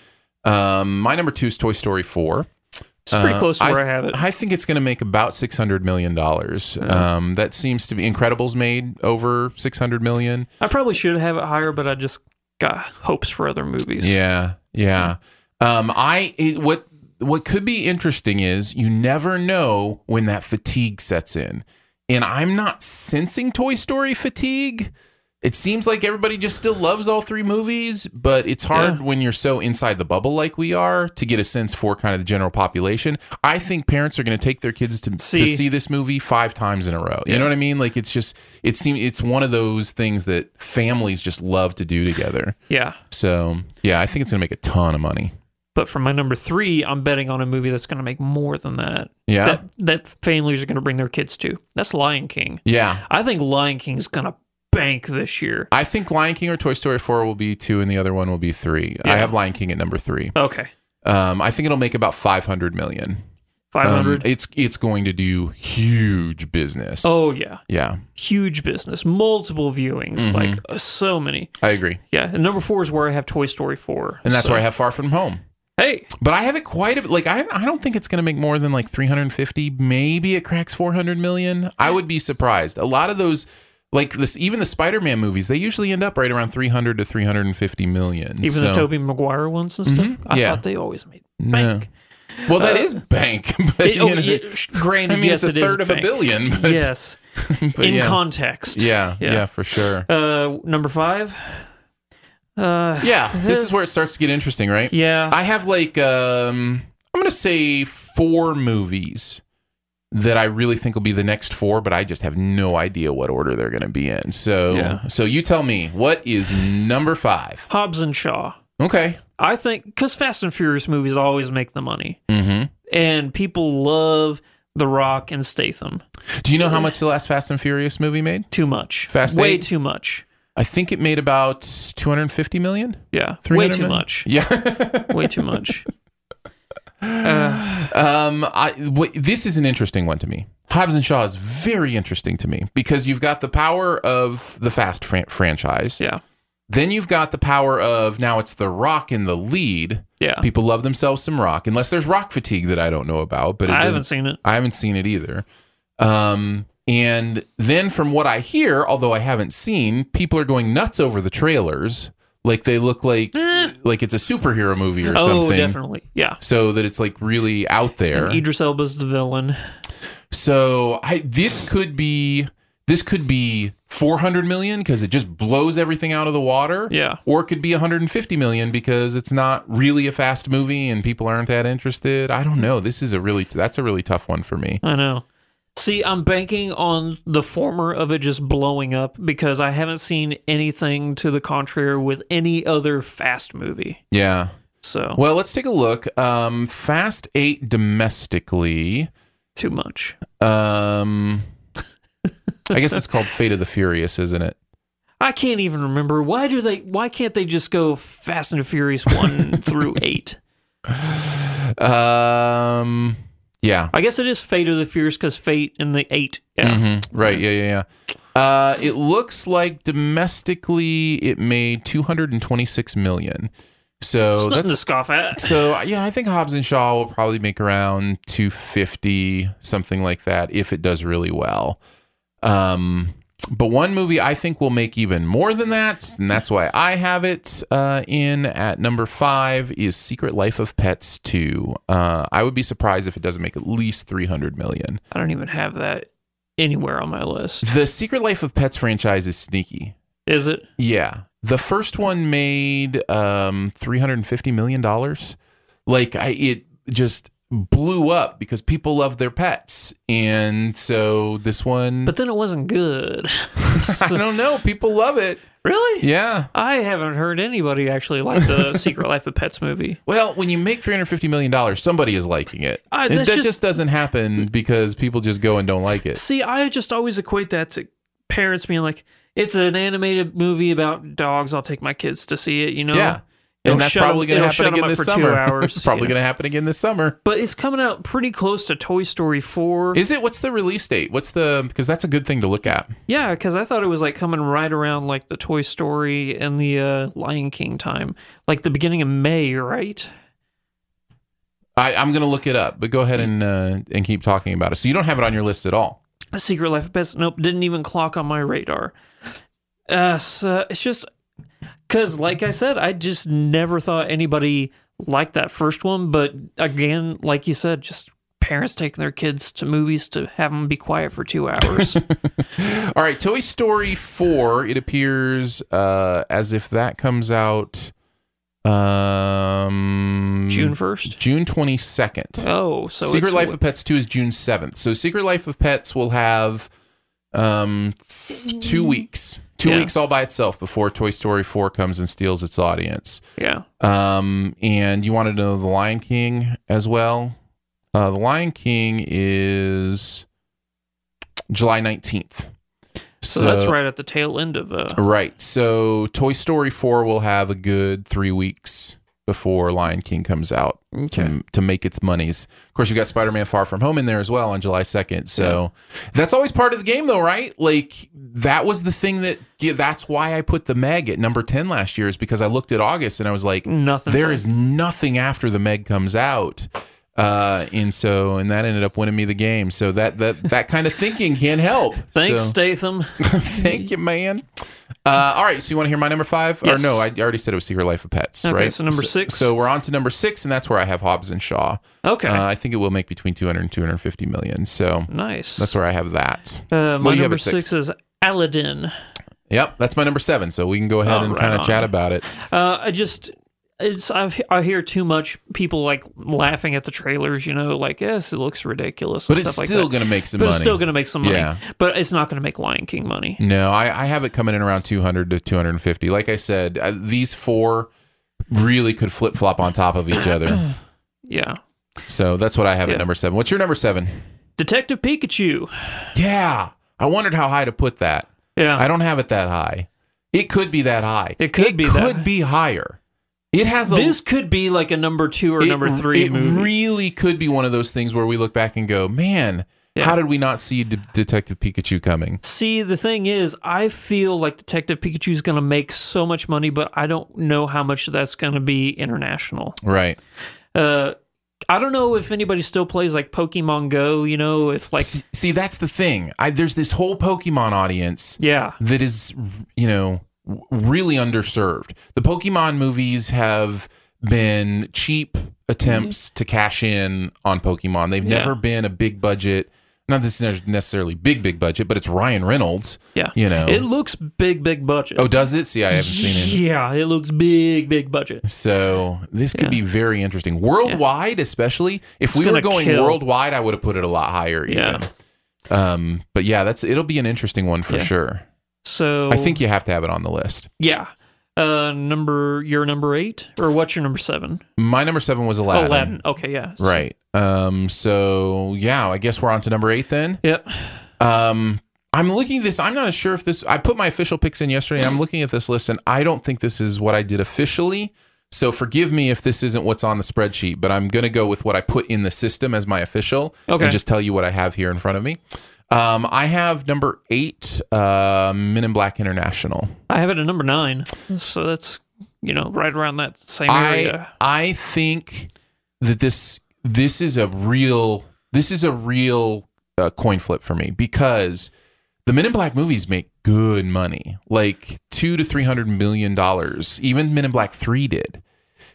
Speaker 2: Um, my number two is Toy Story four.
Speaker 3: It's pretty
Speaker 2: Uh,
Speaker 3: close to where I
Speaker 2: th-
Speaker 3: have it.
Speaker 2: I think it's going to make about six hundred million dollars. Um, that seems to be Incredibles made over six hundred million.
Speaker 3: I probably should have it higher, but I just got hopes for other movies.
Speaker 2: Yeah, yeah. Um, I it, what what could be interesting is you never know when that fatigue sets in, and I'm not sensing Toy Story fatigue. It seems like everybody just still loves all three movies, but it's hard
Speaker 3: Yeah.
Speaker 2: when you're so inside the bubble like we are to get a sense for kind of the general population. I think parents are going to take their kids to see. to
Speaker 3: See.
Speaker 2: see this movie five times in a row. You know what I mean? Like it's just it seems it's one of those things that families just love to do together.
Speaker 3: Yeah.
Speaker 2: So yeah, I think it's gonna make a ton of money.
Speaker 3: But for my number three, I'm betting on a movie that's going to make more than that.
Speaker 2: Yeah.
Speaker 3: That, that families are going to bring their kids to. That's Lion King.
Speaker 2: yeah.
Speaker 3: I think Lion King's going to bank this year.
Speaker 2: I think Lion King or Toy Story 4 will be two and the other one will be three. I
Speaker 3: Yeah.
Speaker 2: have Lion King at number three.
Speaker 3: Okay.
Speaker 2: Um, I think it'll make about 500 million. Um,
Speaker 3: 500.
Speaker 2: it's, it's going to do huge business.
Speaker 3: oh, yeah.
Speaker 2: yeah.
Speaker 3: Huge business. Multiple viewings.
Speaker 2: Mm-hmm.
Speaker 3: Like uh, so many.
Speaker 2: I agree.
Speaker 3: Yeah. And number four is where I have Toy Story 4.
Speaker 2: And that's
Speaker 3: So-
Speaker 2: where I have Far From Home.
Speaker 3: Hey.
Speaker 2: But I have it quite a bit. Like, I, I don't think it's going to make more than like 350. Maybe it cracks 400 million. I would be surprised. A lot of those, like this, even the Spider Man movies, they usually end up right around 300 to 350 million.
Speaker 3: Even the
Speaker 2: So- Mm-hmm.
Speaker 3: Tobey Maguire ones and stuff. I
Speaker 2: Yeah.
Speaker 3: thought they always made
Speaker 2: No.
Speaker 3: bank. Uh,
Speaker 2: Well, that is bank. But,
Speaker 3: It,
Speaker 2: you
Speaker 3: oh,
Speaker 2: know,
Speaker 3: it- sh- granted,
Speaker 2: I mean,
Speaker 3: yes,
Speaker 2: it's a
Speaker 3: it is
Speaker 2: third of
Speaker 3: bank.
Speaker 2: a billion. But,
Speaker 3: yes,
Speaker 2: but
Speaker 3: in
Speaker 2: yeah.
Speaker 3: context.
Speaker 2: yeah, yeah,
Speaker 3: Yeah.
Speaker 2: for sure.
Speaker 3: Uh, number five. Uh,
Speaker 2: Yeah, this is where it starts to get interesting, right?
Speaker 3: yeah.
Speaker 2: I have like um, I'm gonna say four movies that I really think will be the next four, but I just have no idea what order they're gonna be in. So,
Speaker 3: Yeah.
Speaker 2: so you tell me what is number five?
Speaker 3: Hobbs and Shaw.
Speaker 2: Okay,
Speaker 3: I think because Fast and Furious movies always make the money,
Speaker 2: mm-hmm.
Speaker 3: and people love The Rock and Statham
Speaker 2: do you know how much the last Fast and Furious movie made?
Speaker 3: too much.
Speaker 2: Fast
Speaker 3: way
Speaker 2: Eight?
Speaker 3: too much.
Speaker 2: I think it made about 250 million.
Speaker 3: Yeah, way
Speaker 2: 300
Speaker 3: too
Speaker 2: million?
Speaker 3: much.
Speaker 2: Yeah.
Speaker 3: way too much. Uh,
Speaker 2: Um, I wh- this is an interesting one to me. Hobbs and Shaw is very interesting to me because you've got the power of the Fast fran- franchise.
Speaker 3: yeah,
Speaker 2: Then you've got the power of now it's The Rock in the lead.
Speaker 3: yeah.
Speaker 2: People love themselves some Rock, unless there's Rock fatigue that I don't know about. But it
Speaker 3: I haven't
Speaker 2: doesn't-
Speaker 3: seen it.
Speaker 2: I haven't seen it either. Um, and then from what I hear, although I haven't seen, people are going nuts over the trailers. Like they look like like it's a superhero movie or
Speaker 3: Eh. Oh,
Speaker 2: something.
Speaker 3: definitely. Yeah.
Speaker 2: So that it's like really out there.
Speaker 3: Idris Elba's the villain.
Speaker 2: So I this could be this could be 400 million because it just blows everything out of the water.
Speaker 3: Yeah.
Speaker 2: Or it could be 150 million because it's not really a fast movie and people aren't that interested. I don't know. This is a really that's a really tough one for me.
Speaker 3: I know. See, I'm banking on the former of it just blowing up because I haven't seen anything to the contrary with any other fast movie.
Speaker 2: Yeah.
Speaker 3: So,
Speaker 2: Well, let's take a look. Um, Fast 8 domestically.
Speaker 3: too much.
Speaker 2: Um, I guess it's called Fate of the Furious, isn't it?
Speaker 3: I can't even remember why do they why can't they just go Fast and Furious 1 through 8?
Speaker 2: Um, yeah.
Speaker 3: I guess it is Fate of the Furious cuz Fate and the 8. Yeah.
Speaker 2: Mhm. Right. Yeah. Yeah. Yeah. Uh, it looks like domestically it made 226 million. So
Speaker 3: It's nothing to
Speaker 2: Oh, that's
Speaker 3: scoff at.
Speaker 2: so yeah. I think Hobbs and Shaw will probably make around 250 something like that if it does really well. Um, but one movie I think will make even more than that, and that's why I have it uh, in at number five is Secret Life of Pets 2. Uh, I would be surprised if it doesn't make at least 300 million.
Speaker 3: I don't even have that anywhere on my list.
Speaker 2: The Secret Life of Pets franchise is sneaky.
Speaker 3: Is it?
Speaker 2: Yeah. The first one made um 350 million dollars. Like I it just blew up because people love their pets. And so this one
Speaker 3: But then it wasn't good.
Speaker 2: I don't know, people love it.
Speaker 3: really?
Speaker 2: Yeah.
Speaker 3: I haven't heard anybody actually like the Secret Life of Pets movie.
Speaker 2: Well, when you make 350 million dollars, somebody is liking it.
Speaker 3: Uh,
Speaker 2: And
Speaker 3: that's
Speaker 2: that
Speaker 3: just-
Speaker 2: just doesn't happen because people just go and don't like it.
Speaker 3: See, I just always equate that to parents being like, "It's an animated movie about dogs. I'll take my kids to see it." You know?
Speaker 2: Yeah.
Speaker 3: It'll
Speaker 2: and that's
Speaker 3: shut 'em-
Speaker 2: probably going to happen
Speaker 3: it'll shut 'em
Speaker 2: again
Speaker 3: up
Speaker 2: this
Speaker 3: for
Speaker 2: summer.
Speaker 3: Two hours.
Speaker 2: probably
Speaker 3: yeah.
Speaker 2: going to happen again this summer.
Speaker 3: But it's coming out pretty close to Toy Story Four. Yeah,
Speaker 2: Is
Speaker 3: 'cause
Speaker 2: it? What's the release date? What's the? Because that's a good thing to look at.
Speaker 3: yeah, because I thought it was like coming right around like the Toy Story and the uh, Lion King time, like the beginning of May, right?
Speaker 2: I, I'm going to look it up, but go ahead and uh, and keep talking about it. So you don't have it on your list at all.
Speaker 3: The Secret Life of Pets. Nope, didn't even clock on my radar. Uh, so it's just because, like I said, I just never thought anybody liked that first one. But again, like you said, just parents taking their kids to movies to have them be quiet for two hours.
Speaker 2: Mm-hmm. All right, Toy Story 4. It appears uh, as if that comes out um,
Speaker 3: June first.
Speaker 2: June 22nd.
Speaker 3: Oh, so
Speaker 2: Secret
Speaker 3: it's-
Speaker 2: Life of Pets 2 is June 7th. So Secret Life of Pets will have um, th- two weeks, two
Speaker 3: Yeah.
Speaker 2: weeks all by itself before Toy Story 4 comes and steals its audience.
Speaker 3: yeah.
Speaker 2: Um, and you want to know The Lion King as well. Uh, the Lion King is July 19th.
Speaker 3: So, that's right at the tail end of uh.
Speaker 2: Right. So Toy Story 4 will have a good three weeks before Lion King comes out
Speaker 3: Okay.
Speaker 2: to, to make its monies. Of course, you've got Spider Man Far From Home in there as well on July 2nd. So that's always part of the game, though, right? Like, that was the thing that, yeah, that's why I put the Meg at number 10 last year, is because I looked at August and I was like,
Speaker 3: Nothing.
Speaker 2: there is nothing after the Meg comes out. Uh, and so, and that ended up winning me the game. So that, that, that kind of thinking can't help.
Speaker 3: Thanks,
Speaker 2: So-
Speaker 3: Statham.
Speaker 2: Thank you, man. Uh, all right, so you want to hear my number five? Or
Speaker 3: Mm-hmm. Yes.
Speaker 2: no, I already said it was Secret Life of Pets,
Speaker 3: Okay,
Speaker 2: right?
Speaker 3: so number six. Oh,
Speaker 2: So we're on to number six, and that's where I have Hobbs and Shaw.
Speaker 3: Okay.
Speaker 2: Uh, I think it will make between 200 and 250 million. So
Speaker 3: nice.
Speaker 2: that's where I have that.
Speaker 3: Uh,
Speaker 2: what
Speaker 3: my
Speaker 2: do you have
Speaker 3: number
Speaker 2: at six?
Speaker 3: six is Aladdin.
Speaker 2: Yep, that's my number seven. So we can go ahead
Speaker 3: Oh,
Speaker 2: and
Speaker 3: right
Speaker 2: kind of
Speaker 3: on.
Speaker 2: chat about it.
Speaker 3: Uh, I just it's I've, I hear too much people like laughing at the trailers. You know, like yes, it looks ridiculous,
Speaker 2: But
Speaker 3: and
Speaker 2: it's
Speaker 3: stuff
Speaker 2: still
Speaker 3: like that.
Speaker 2: going to make some
Speaker 3: But
Speaker 2: money.
Speaker 3: it's still going to make some money.
Speaker 2: Yeah. Mm.
Speaker 3: But it's not going to make Lion King money.
Speaker 2: No, I, I have it coming in around 200 to 250. Like I said, uh, these four really could flip flop on top of each other.
Speaker 3: Yeah.
Speaker 2: So that's what I have at
Speaker 3: Yeah.
Speaker 2: number seven. What's your number seven?
Speaker 3: Detective Pikachu.
Speaker 2: Yeah. I wondered how high to put that.
Speaker 3: Yeah.
Speaker 2: I don't have it that high. Uh-huh. It could be that high.
Speaker 3: It could be that
Speaker 2: could
Speaker 3: high.
Speaker 2: be higher. It has a
Speaker 3: this could be like a number two or
Speaker 2: it-
Speaker 3: number three
Speaker 2: It
Speaker 3: movie.
Speaker 2: really could be one of those things where we look back and go, "Man,
Speaker 3: Yeah.
Speaker 2: how did we not see De- Detective Pikachu coming?"
Speaker 3: See, the thing is, I feel like Detective Pikachu is going to make so much money, but I don't know how much that's going to be international.
Speaker 2: Right.
Speaker 3: Uh, I don't know if anybody still plays like Pokemon Go. You know, if like
Speaker 2: See, see, that's the thing. I, there's this whole Pokemon audience
Speaker 3: yeah,
Speaker 2: that is, you know, w- really underserved. The Pokemon movies have been cheap attempts to cash in on Pokemon. They've
Speaker 3: Mm-hmm. Yeah.
Speaker 2: never been a big budget Not this is necessarily big, big budget, but it's Ryan Reynolds.
Speaker 3: Yeah.
Speaker 2: You know.
Speaker 3: It looks big, big budget.
Speaker 2: oh, does it? See, I haven't seen it.
Speaker 3: Yeah, it looks big, big budget.
Speaker 2: So this could be
Speaker 3: Yeah.
Speaker 2: very interesting worldwide, especially if we
Speaker 3: gonna
Speaker 2: were going
Speaker 3: kill.
Speaker 2: worldwide. I would have put it a lot higher.
Speaker 3: Yeah.
Speaker 2: Even. Um, but yeah, that's it'll be an interesting one for
Speaker 3: Yeah.
Speaker 2: sure.
Speaker 3: So
Speaker 2: I think you have to have it on the list.
Speaker 3: yeah. Uh, number your number eight or what's your number seven?
Speaker 2: My number seven was
Speaker 3: Oh,
Speaker 2: Aladdin.
Speaker 3: Aladdin. Okay, yeah.
Speaker 2: Right. Um, so yeah, I guess we're on to number eight then.
Speaker 3: Yep.
Speaker 2: Um, I'm looking at this. I'm not sure if this. I put my official picks in yesterday, and I'm looking at this list, and I don't think this is what I did officially. So forgive me if this isn't what's on the spreadsheet, but I'm going to go with what I put in the system as my official,
Speaker 3: Okay.
Speaker 2: and just tell you what I have here in front of me. Um, I have number eight, uh, Men in Black International.
Speaker 3: I have it at number nine. So that's you know right around that same
Speaker 2: I
Speaker 3: area.
Speaker 2: I think that this this is a real this is a real uh, coin flip for me because the Men in Black movies make good money, like two to three hundred million dollars. Even Men in Black Three did.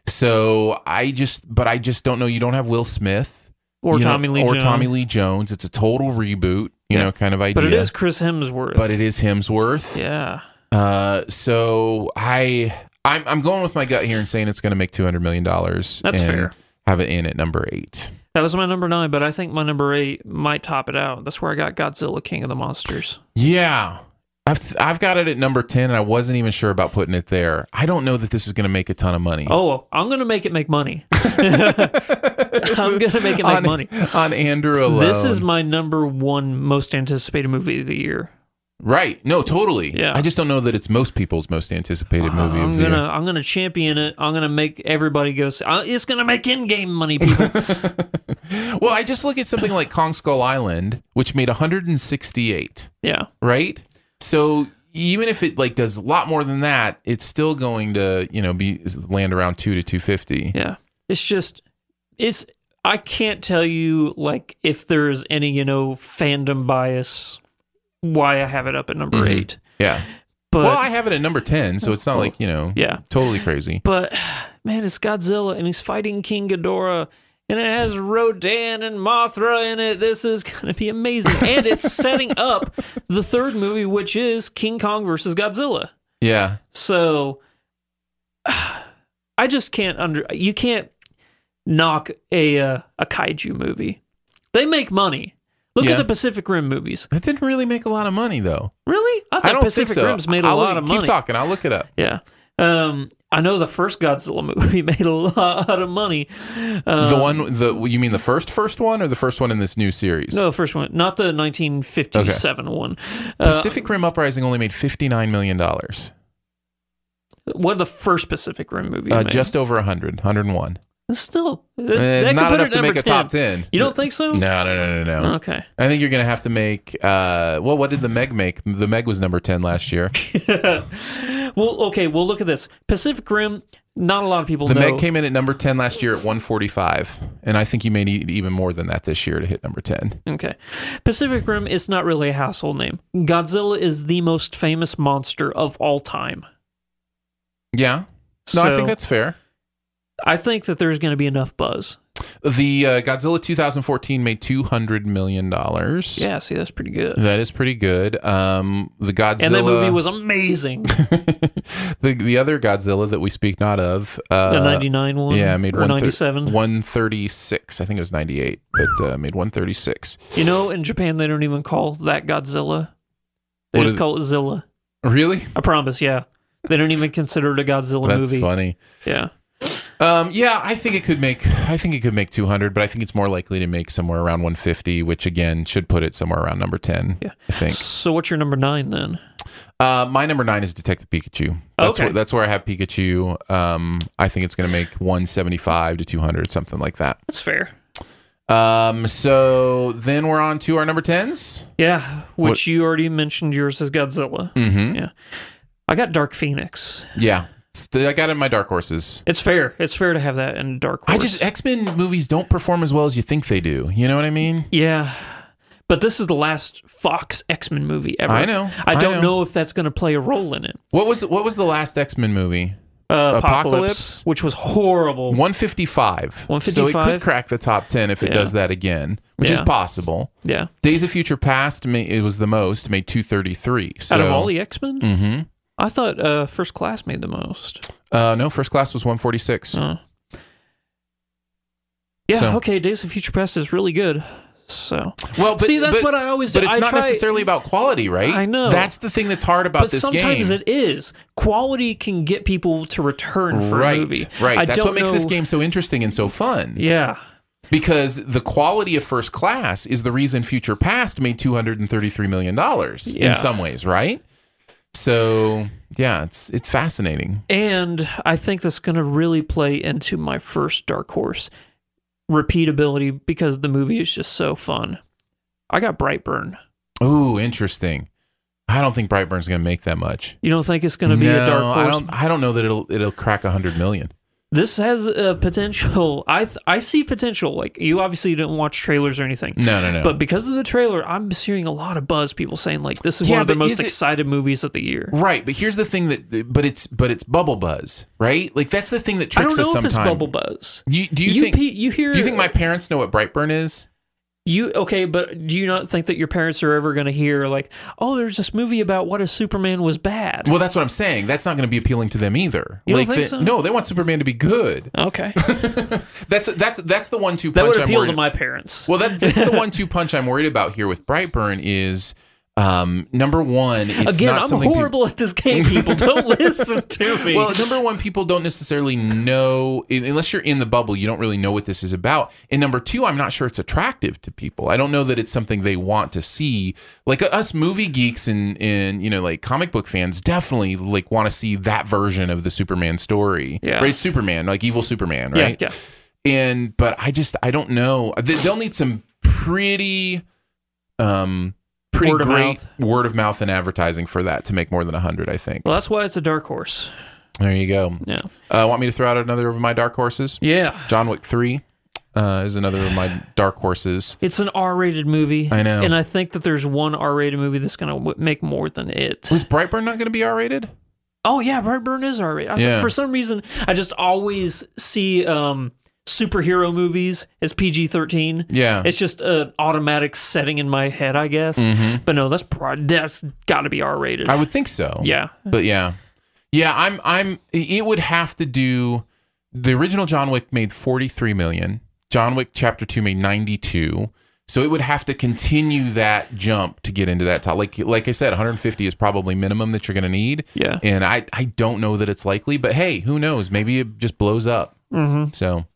Speaker 2: So I just, but I just don't know. You don't have Will Smith
Speaker 3: Or
Speaker 2: you know,
Speaker 3: Tommy Lee
Speaker 2: or
Speaker 3: Jones.
Speaker 2: Tommy Lee Jones. It's a total reboot, you
Speaker 3: Yeah.
Speaker 2: know, kind of idea.
Speaker 3: but it is Chris Hemsworth.
Speaker 2: But it is Hemsworth.
Speaker 3: Yeah.
Speaker 2: Uh, so I I'm I'm going with my gut here and saying it's going to make two hundred million dollars.
Speaker 3: That's
Speaker 2: and
Speaker 3: fair.
Speaker 2: Have it in at number eight.
Speaker 3: That was my number nine, but I think my number eight might top it out. That's where I got Godzilla King of the Monsters.
Speaker 2: Yeah. I've, I've got it at number 10 and I wasn't even sure about putting it there. I don't know that this is going to make a ton of money.
Speaker 3: Oh, I'm gonna make it make money. I'm gonna make it make
Speaker 2: on,
Speaker 3: money.
Speaker 2: On Andrew alone.
Speaker 3: This is my number one most anticipated movie of the year.
Speaker 2: right. No, totally.
Speaker 3: Yeah.
Speaker 2: I just don't know that it's most people's most anticipated movie
Speaker 3: I'm
Speaker 2: of the
Speaker 3: gonna
Speaker 2: year.
Speaker 3: I'm gonna champion it. I'm gonna make everybody go. See, I, it's gonna make in game money, people.
Speaker 2: Well, I just look at something like Kong Skull Island, which made 168.
Speaker 3: yeah,
Speaker 2: right? So even if it like does a lot more than that, it's still going to you know be land around two to two fifty.
Speaker 3: yeah. It's just it's. I can't tell you like if there is any you know fandom bias why I have it up at number
Speaker 2: Mhm.
Speaker 3: eight,
Speaker 2: Yeah.
Speaker 3: but
Speaker 2: well, I have it at number ten, so it's not like you know
Speaker 3: yeah.
Speaker 2: totally crazy.
Speaker 3: But man, it's Godzilla and he's fighting King Ghidorah and it has Rodan and Mothra in it. This is going to be amazing. And it's setting up the third movie, which is King Kong versus Godzilla.
Speaker 2: Yeah.
Speaker 3: So I just can't under you can't knock a uh, a kaiju movie. They make money. Look
Speaker 2: Yeah.
Speaker 3: at the Pacific Rim movies.
Speaker 2: That didn't really make a lot of money though.
Speaker 3: Really? I
Speaker 2: I
Speaker 3: thought
Speaker 2: don't
Speaker 3: Pacific
Speaker 2: think so.
Speaker 3: Rim's made a
Speaker 2: I'll
Speaker 3: lot of
Speaker 2: keep
Speaker 3: money.
Speaker 2: talking. I'll look it up.
Speaker 3: Yeah. Um, I know the first Godzilla movie made a lot of money. Um,
Speaker 2: the one, the you mean the first first one or the first one in this new series?
Speaker 3: no, uh, the first one, not the 1957 one. Uh,
Speaker 2: Pacific Rim Uprising only made fifty nine million dollars,
Speaker 3: what the first Pacific Rim movie?
Speaker 2: uh,
Speaker 3: made.
Speaker 2: just over a hundred, hundred and one.
Speaker 3: It's still that,
Speaker 2: Eh,
Speaker 3: that could
Speaker 2: Not
Speaker 3: put it
Speaker 2: enough
Speaker 3: at
Speaker 2: to make
Speaker 3: number
Speaker 2: a top ten.
Speaker 3: You don't think so?
Speaker 2: No, no, no, no, no.
Speaker 3: Okay.
Speaker 2: I think you're gonna have to make. Uh, well, what did the Meg make? The Meg was number ten last year.
Speaker 3: Well, okay. Well, look at this Pacific Rim. Not a lot of people
Speaker 2: The
Speaker 3: know.
Speaker 2: Meg came in at number ten last year at 145, and I think you may need even more than that this year to hit number ten.
Speaker 3: okay. Pacific Rim is not really a household name. Godzilla is the most famous monster of all time.
Speaker 2: Yeah. No, I
Speaker 3: So-
Speaker 2: think that's fair.
Speaker 3: I think that there's going to be enough buzz.
Speaker 2: The uh, Godzilla 2014 made 200 million dollars.
Speaker 3: Yeah, see, that's pretty good.
Speaker 2: That is pretty good. Um, the Godzilla.
Speaker 3: And that movie was amazing.
Speaker 2: the, the other Godzilla that we speak not of. Uh,
Speaker 3: the 99 one?
Speaker 2: yeah, made
Speaker 3: or
Speaker 2: 137.
Speaker 3: 97.
Speaker 2: 136. I think it was 98, but uh, made 136.
Speaker 3: You know, in Japan, they don't even call that Godzilla. They
Speaker 2: What
Speaker 3: just
Speaker 2: is-
Speaker 3: call it Zilla.
Speaker 2: Really?
Speaker 3: I promise, yeah. They don't even consider it a Godzilla
Speaker 2: That's
Speaker 3: movie.
Speaker 2: funny.
Speaker 3: Yeah.
Speaker 2: Um, yeah, I think it could make. I think it could make 200, but I think it's more likely to make somewhere around 150, which again should put it somewhere around number 10.
Speaker 3: Yeah.
Speaker 2: I think.
Speaker 3: So what's your number nine then?
Speaker 2: Uh, my number nine is Detective Pikachu. That's
Speaker 3: Okay.
Speaker 2: where that's where I have Pikachu. Um, I think it's going to make 175 to 200, something like that.
Speaker 3: That's fair.
Speaker 2: Um, so then we're on to our number tens.
Speaker 3: Yeah, which
Speaker 2: What-
Speaker 3: you already mentioned yours is Godzilla.
Speaker 2: Mm-hmm.
Speaker 3: I got Dark Phoenix.
Speaker 2: Yeah, It's- I got it in my dark horses.
Speaker 3: It's fair. It's fair to have that in Dark
Speaker 2: I
Speaker 3: Horse.
Speaker 2: just X Men movies don't perform as well as you think they do. You know what I mean?
Speaker 3: Yeah. But this is the last Fox X Men movie ever.
Speaker 2: I know.
Speaker 3: I
Speaker 2: I
Speaker 3: don't
Speaker 2: know.
Speaker 3: know if that's going to play a role in it.
Speaker 2: What was what was the last X Men movie?
Speaker 3: uh, Apocalypse,
Speaker 2: Apocalypse?
Speaker 3: which was horrible.
Speaker 2: 155. So it
Speaker 3: 155?
Speaker 2: could crack the top 10 if it
Speaker 3: Yeah.
Speaker 2: does that again, which is
Speaker 3: Yeah.
Speaker 2: possible.
Speaker 3: yeah,
Speaker 2: Days of Future Past, ma- it was the most, made 233. So,
Speaker 3: out of all the X Men,
Speaker 2: Mhm.
Speaker 3: I thought uh, First Class made the most.
Speaker 2: Uh, no, First Class was 146.
Speaker 3: Uh. Yeah.
Speaker 2: So-
Speaker 3: Okay. Days of Future Past is really good. So
Speaker 2: Well, but,
Speaker 3: see, that's
Speaker 2: but-
Speaker 3: what I always do.
Speaker 2: But it's
Speaker 3: I
Speaker 2: not
Speaker 3: try-
Speaker 2: necessarily about quality, right?
Speaker 3: I know.
Speaker 2: That's the thing that's hard about
Speaker 3: but
Speaker 2: this
Speaker 3: sometimes
Speaker 2: game.
Speaker 3: it is quality can get people to return for
Speaker 2: right,
Speaker 3: a movie.
Speaker 2: right.
Speaker 3: I
Speaker 2: that's
Speaker 3: don't
Speaker 2: what makes
Speaker 3: know,
Speaker 2: this game so interesting and so fun.
Speaker 3: Yeah.
Speaker 2: Because the quality of First Class is the reason Future Past made two hundred and thirty-three million dollars
Speaker 3: Yeah.
Speaker 2: in some ways, right? So yeah, it's it's fascinating.
Speaker 3: And I think that's going to really play into my first dark horse repeatability because the movie is just so fun. I got Brightburn.
Speaker 2: Ooh, interesting. I don't think Brightburn's going to make that much.
Speaker 3: You don't think it's going to be
Speaker 2: no,
Speaker 3: a dark horse?
Speaker 2: I don't. I don't know that it'll it'll crack a hundred million.
Speaker 3: This has a potential. I th- I see potential. Like you obviously didn't watch trailers or anything.
Speaker 2: No, no, no.
Speaker 3: But because of the trailer, I'm seeing a lot of buzz. People saying like this is
Speaker 2: Yeah,
Speaker 3: one of the
Speaker 2: but is
Speaker 3: most
Speaker 2: it-
Speaker 3: excited movies of the year.
Speaker 2: Right, but here's the thing that, but it's but it's bubble buzz, right? Like that's the thing that
Speaker 3: I
Speaker 2: tricks
Speaker 3: don't know
Speaker 2: us
Speaker 3: if
Speaker 2: sometimes.
Speaker 3: it's bubble buzz.
Speaker 2: You, do you, think?
Speaker 3: pe- you hear
Speaker 2: do you think my parents know what Brightburn is?
Speaker 3: You okay, but do you not think that your parents are ever going to hear like, "Oh, there's this movie about what if Superman was bad"?
Speaker 2: Well, that's what I'm saying. That's not going to be appealing to them either.
Speaker 3: You don't
Speaker 2: like,
Speaker 3: think
Speaker 2: the-
Speaker 3: so?
Speaker 2: no, they want Superman to be good.
Speaker 3: okay,
Speaker 2: That's that's that's the one-two
Speaker 3: that
Speaker 2: punch.
Speaker 3: would
Speaker 2: I'm
Speaker 3: appeal
Speaker 2: worried
Speaker 3: to my parents.
Speaker 2: Well, that, that's the one-two punch I'm worried about here with Brightburn is um, number one. It's
Speaker 3: Again,
Speaker 2: not
Speaker 3: I'm
Speaker 2: something people-
Speaker 3: horrible at this game. People don't listen to me.
Speaker 2: Well, number one, people don't necessarily know un- unless you're in the bubble. You don't really know what this is about. And number two, I'm not sure it's attractive to people. I don't know that it's something they want to see. Like uh, us movie geeks and and you know like comic book fans definitely like want to see that version of the Superman story.
Speaker 3: Yeah.
Speaker 2: right. Superman, like evil Superman,
Speaker 3: yeah,
Speaker 2: right?
Speaker 3: yeah.
Speaker 2: And but I just I don't know. They- They'll need some pretty. um Pretty
Speaker 3: Word of
Speaker 2: great
Speaker 3: mouth.
Speaker 2: word of mouth and advertising for that to make more than 100, I think.
Speaker 3: Well, that's why it's a dark horse.
Speaker 2: There you go.
Speaker 3: Yeah,
Speaker 2: Uh, want me to throw out another of my dark horses?
Speaker 3: yeah.
Speaker 2: John Wick 3 uh, is another of my dark horses.
Speaker 3: It's an R-rated movie.
Speaker 2: I know.
Speaker 3: and I think that there's one R-rated movie that's going to w- make more than it.
Speaker 2: Was Brightburn not going to be R rated?
Speaker 3: Oh yeah, Brightburn is R rated.
Speaker 2: Yeah.
Speaker 3: For some reason, I just always see um, superhero movies as PG thirteen.
Speaker 2: Yeah.
Speaker 3: It's just an automatic setting in my head, I guess. But no, that's pro- that's got to be R rated.
Speaker 2: Mm-hmm. I would think so.
Speaker 3: Yeah,
Speaker 2: But yeah. Yeah, I'm I'm it would have to do the original John Wick made 43 million. John Wick chapter 2 made 92. So it would have to continue that jump to get into that top. Like like I said 150 is probably minimum that you're going to need.
Speaker 3: yeah.
Speaker 2: And I I don't know that it's likely, but hey, who knows? Maybe it just blows up.
Speaker 3: Mhm.
Speaker 2: So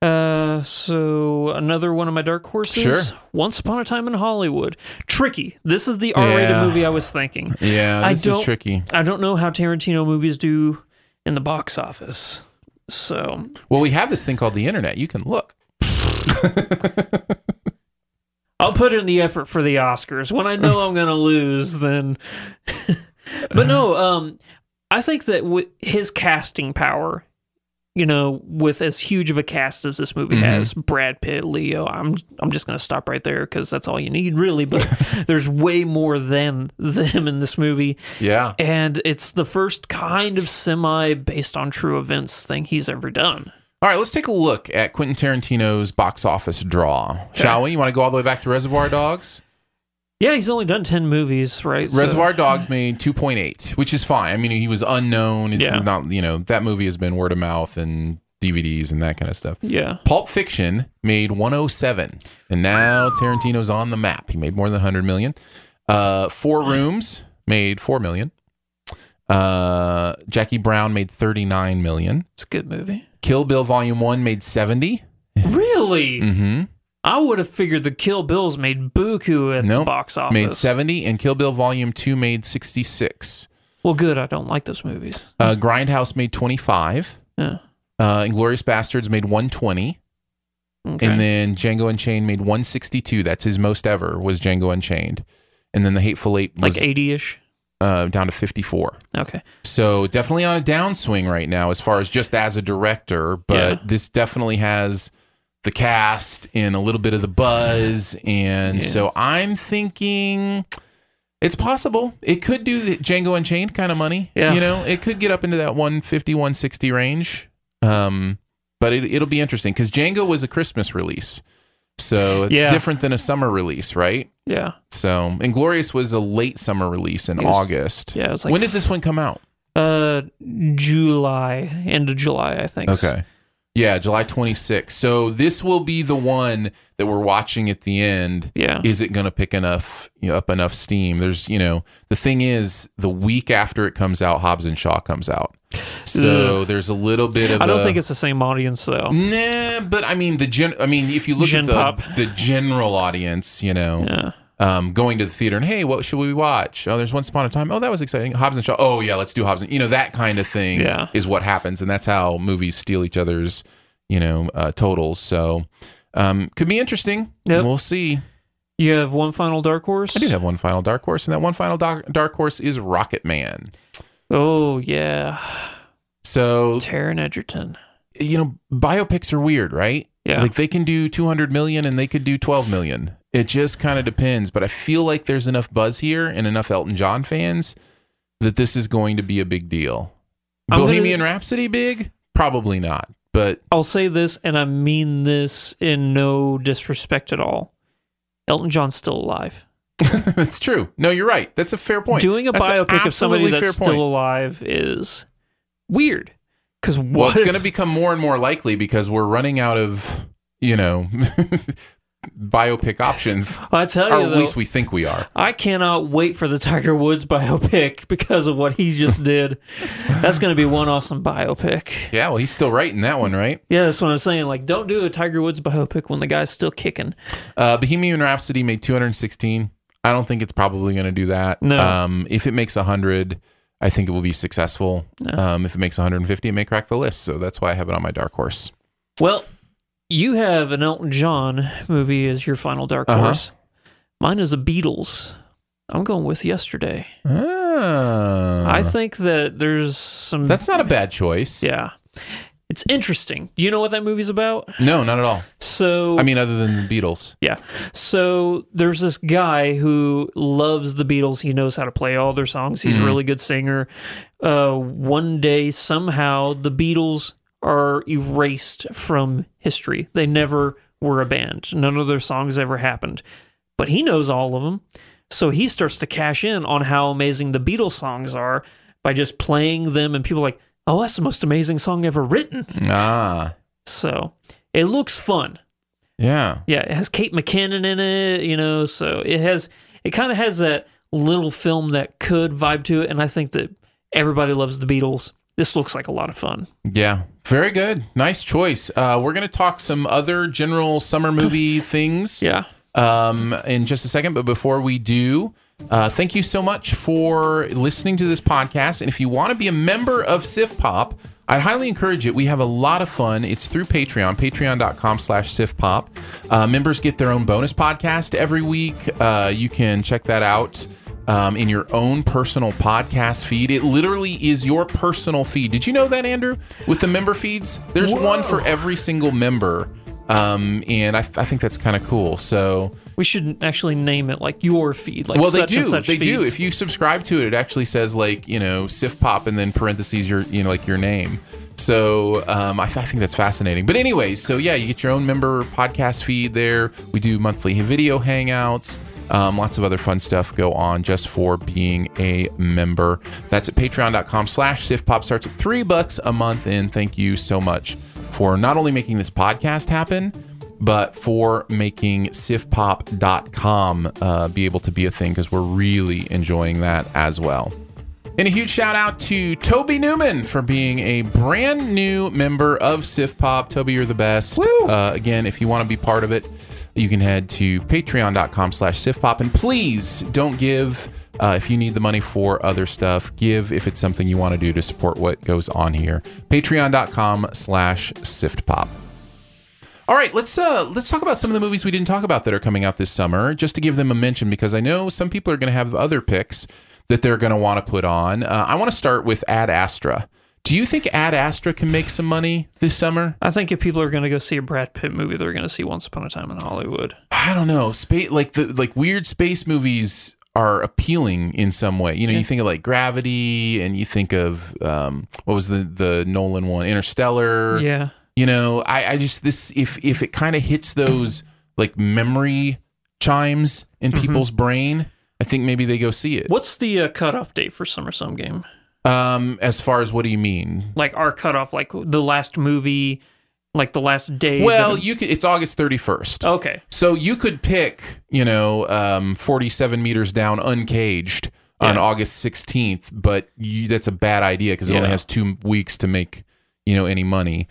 Speaker 3: Uh, so another one of my dark horses.
Speaker 2: Sure.
Speaker 3: Once upon a time in Hollywood. Tricky. This is the R rated
Speaker 2: Yeah.
Speaker 3: movie I was thinking.
Speaker 2: yeah,
Speaker 3: I
Speaker 2: this is
Speaker 3: don't-
Speaker 2: tricky.
Speaker 3: I don't know how Tarantino movies do in the box office. So
Speaker 2: Well, we have this thing called the internet. You can look.
Speaker 3: I'll put in the effort for the Oscars. When I know I'm going to lose, then. but no, um, I think that with his casting power, you know, with as huge of a cast as this movie has, Brad Pitt, Leo, I'm I'm just going to stop right there because that's all you need, really. But there's way more than them in this movie,
Speaker 2: Yeah.
Speaker 3: and it's the first kind of semi based on true events thing he's ever done.
Speaker 2: All right, let's take a look at Quentin Tarantino's box office draw, shall we? You want to go all the way back to Reservoir Dogs?
Speaker 3: Yeah, he's only done ten movies, right? So-
Speaker 2: Reservoir Dogs made 2.8, which is fine. I mean, he was unknown. It's
Speaker 3: Yeah.
Speaker 2: not, you know, that movie has been word of mouth and DVDs and that kind of stuff.
Speaker 3: yeah.
Speaker 2: Pulp Fiction made 107, and now Tarantino's on the map. He made more than 100 million. Uh, Four Rooms made 4 million. Uh, Jackie Brown made 39 million.
Speaker 3: It's a good movie.
Speaker 2: Kill Bill Volume One made seventy.
Speaker 3: Really?
Speaker 2: Mm-hmm.
Speaker 3: I would have figured the Kill Bills made buku at the
Speaker 2: Nope.
Speaker 3: box office.
Speaker 2: Made seventy, and Kill Bill Volume Two made sixty-six.
Speaker 3: Well, good. I don't like those movies.
Speaker 2: Uh, Grindhouse made twenty-five.
Speaker 3: Yeah.
Speaker 2: Uh, Inglorious Bastards made one twenty,
Speaker 3: Okay.
Speaker 2: and then Django Unchained made one sixty-two. That's his most ever was Django Unchained, and then The Hateful Eight was
Speaker 3: like eighty-ish.
Speaker 2: uh, down to fifty-four.
Speaker 3: Okay.
Speaker 2: So definitely on a downswing right now as far as just as a director, but
Speaker 3: Yeah.
Speaker 2: this definitely has the cast and a little bit of the buzz. And
Speaker 3: Yeah.
Speaker 2: so I'm thinking It's possible. It could do the Django Unchained kind of money.
Speaker 3: Yeah.
Speaker 2: You know, it could get up into that 150, 160 range. Um, but it, it'll be interesting because Django was a Christmas release. So it's
Speaker 3: Yeah.
Speaker 2: different than a summer release, right?
Speaker 3: Yeah.
Speaker 2: So Inglorious was a late summer release in
Speaker 3: It was-
Speaker 2: August.
Speaker 3: yeah, it was like-
Speaker 2: when does this one come out?
Speaker 3: Uh, July, end of July, I think.
Speaker 2: Okay. Yeah, July 26th. So this will be the one that we're watching at the end.
Speaker 3: Yeah.
Speaker 2: Is it going to pick enough you know, up enough steam? There's, you know, the thing is, the week after it comes out, Hobbs and Shaw comes out. So there's a little bit of.
Speaker 3: I don't
Speaker 2: a-
Speaker 3: think it's the same audience though.
Speaker 2: Nah, but I mean the gen. I mean, if you look
Speaker 3: Gen
Speaker 2: at the
Speaker 3: pop.
Speaker 2: the general audience, you know,
Speaker 3: Yeah.
Speaker 2: um, going to the theater and hey, what should we watch? Oh, there's Once Upon a Time. Oh, that was exciting. Hobbs and Shaw. Oh yeah, let's do Hobbs and you know that kind of thing
Speaker 3: Yeah.
Speaker 2: is what happens, and that's how movies steal each other's you know uh, totals. So um, could be interesting.
Speaker 3: Yep.
Speaker 2: We'll see.
Speaker 3: You have one final dark horse.
Speaker 2: I do have one final dark horse, and that one final doc- dark horse is Rocket Man.
Speaker 3: Oh yeah,
Speaker 2: So
Speaker 3: Taron Edgerton.
Speaker 2: you know biopics are weird, right?
Speaker 3: Yeah.
Speaker 2: Like they can do 200 million and they could do 12 million. It just kind of depends, but I feel like there's enough buzz here and enough Elton John fans that this is going to be a big deal.
Speaker 3: I'm gonna-
Speaker 2: Bohemian Rhapsody big? Probably not. But
Speaker 3: I'll say this, and I mean this in no disrespect at all. Elton John's still alive.
Speaker 2: that's true. No, you're right. That's a fair point.
Speaker 3: Doing a
Speaker 2: That's an
Speaker 3: biopic of somebody
Speaker 2: absolutely
Speaker 3: that's
Speaker 2: fair point.
Speaker 3: still alive is weird. Because what?
Speaker 2: Well, it's
Speaker 3: if-
Speaker 2: going to become more and more likely because we're running out of, you know, biopic options.
Speaker 3: I tell
Speaker 2: Or
Speaker 3: you,
Speaker 2: at
Speaker 3: though,
Speaker 2: least we think we are.
Speaker 3: I cannot wait for the Tiger Woods biopic because of what he just did. That's going to be one awesome biopic.
Speaker 2: Yeah, well, he's still right in that one, right?
Speaker 3: Yeah, that's what I'm saying. Like, don't do a Tiger Woods biopic when the guy's still kicking.
Speaker 2: Uh, Bohemian Rhapsody made 216. I don't think it's probably going to do that.
Speaker 3: No.
Speaker 2: Um, if it makes 100, I think it will be successful. Um, if it makes 150, it may crack the list. So that's why I have it on my dark horse.
Speaker 3: Well, you have an Elton John movie as your final dark
Speaker 2: Uh-huh.
Speaker 3: horse. Mine is a Beatles. I'm going with yesterday.
Speaker 2: Ah,
Speaker 3: I think that there's some.
Speaker 2: that's not a bad choice.
Speaker 3: yeah. It's interesting. Do you know what that movie's about?
Speaker 2: No, not at all.
Speaker 3: So
Speaker 2: I mean, other than the Beatles.
Speaker 3: yeah. So there's this guy who loves the Beatles. He knows how to play all their songs. He's a really good singer. Uh, one day, somehow, the Beatles are erased from history. They never were a band. None of their songs ever happened. But he knows all of them. So he starts to cash in on how amazing the Beatles songs are by just playing them. And people are like, oh, that's the most amazing song ever written.
Speaker 2: Ah,
Speaker 3: So it looks fun.
Speaker 2: yeah.
Speaker 3: Yeah, it has Kate McKinnon in it, you know, so it has it kind of has that little film that could vibe to it and I think that everybody loves the Beatles. This looks like a lot of fun.
Speaker 2: Yeah. Very good. Nice choice. Uh, we're going to talk some other general summer movie things.
Speaker 3: Yeah.
Speaker 2: um, in just a second. But before we do, uh, thank you so much for listening to this podcast. And if you want to be a member of SIF Pop, I'd highly encourage it. We have a lot of fun. It's through Patreon, patreon.com slash SIFPOP. Uh, members get their own bonus podcast every week. Uh, you can check that out um, in your own personal podcast feed. It literally is your personal feed. Did you know that, Andrew? With the member feeds, there's one for every single member. Um, and I, I think that's kind of cool. So,
Speaker 3: We should actually name it like your feed, like
Speaker 2: well, they
Speaker 3: such
Speaker 2: do.
Speaker 3: and such
Speaker 2: They do.
Speaker 3: feeds.
Speaker 2: If you subscribe to it, it actually says like you know Sif Pop and then parentheses your you know like your name. So um, I, th- I think that's fascinating. But anyways, so yeah, you get your own member podcast feed there. We do monthly video hangouts. Um, lots of other fun stuff go on just for being a member. That's at patreon.com slash sifpop starts at three bucks a month. And thank you so much for not only making this podcast happen, but for making sifpop.com uh, be able to be a thing because we're really enjoying that as well. And a huge shout out to Toby Newman for being a brand new member of SIFPOP. Toby, you're the best. Uh, again, if you want to be part of it, you can head to patreon.com slash SIFPOP. And please don't give uh, if you need the money for other stuff. Give if it's something you want to do to support what goes on here. Patreon.com slash SIFPOP. All right, let's uh, let's talk about some of the movies we didn't talk about that are coming out this summer, just to give them a mention because I know some people are going to have other picks that they're going to want to put on. Uh, I want to start with Ad Astra. Do you think Ad Astra can make some money this summer?
Speaker 3: I think if people are going to go see a Brad Pitt movie, they're going to see Once Upon a Time in Hollywood.
Speaker 2: I don't know. Space like the like weird space movies are appealing in some way. You know, you think of like Gravity, and you think of um, what was the the Nolan one, Interstellar.
Speaker 3: Yeah.
Speaker 2: You know, I, I just this if if it kind of hits those like memory chimes in
Speaker 3: Mm-hmm.
Speaker 2: people's brain, I think maybe they go see it.
Speaker 3: What's the uh, cutoff date for SummerSlam game?
Speaker 2: Um, as far as what do you mean?
Speaker 3: Like our cutoff, like the last movie, like the Oh. last day. that
Speaker 2: Well,
Speaker 3: it-
Speaker 2: you could, it's August thirty first.
Speaker 3: okay.
Speaker 2: So you could pick, you know, um, 47 meters down uncaged on
Speaker 3: Yeah.
Speaker 2: August 16th, but you, that's a bad idea because it only
Speaker 3: Yeah.
Speaker 2: has two weeks to make, you know, any money.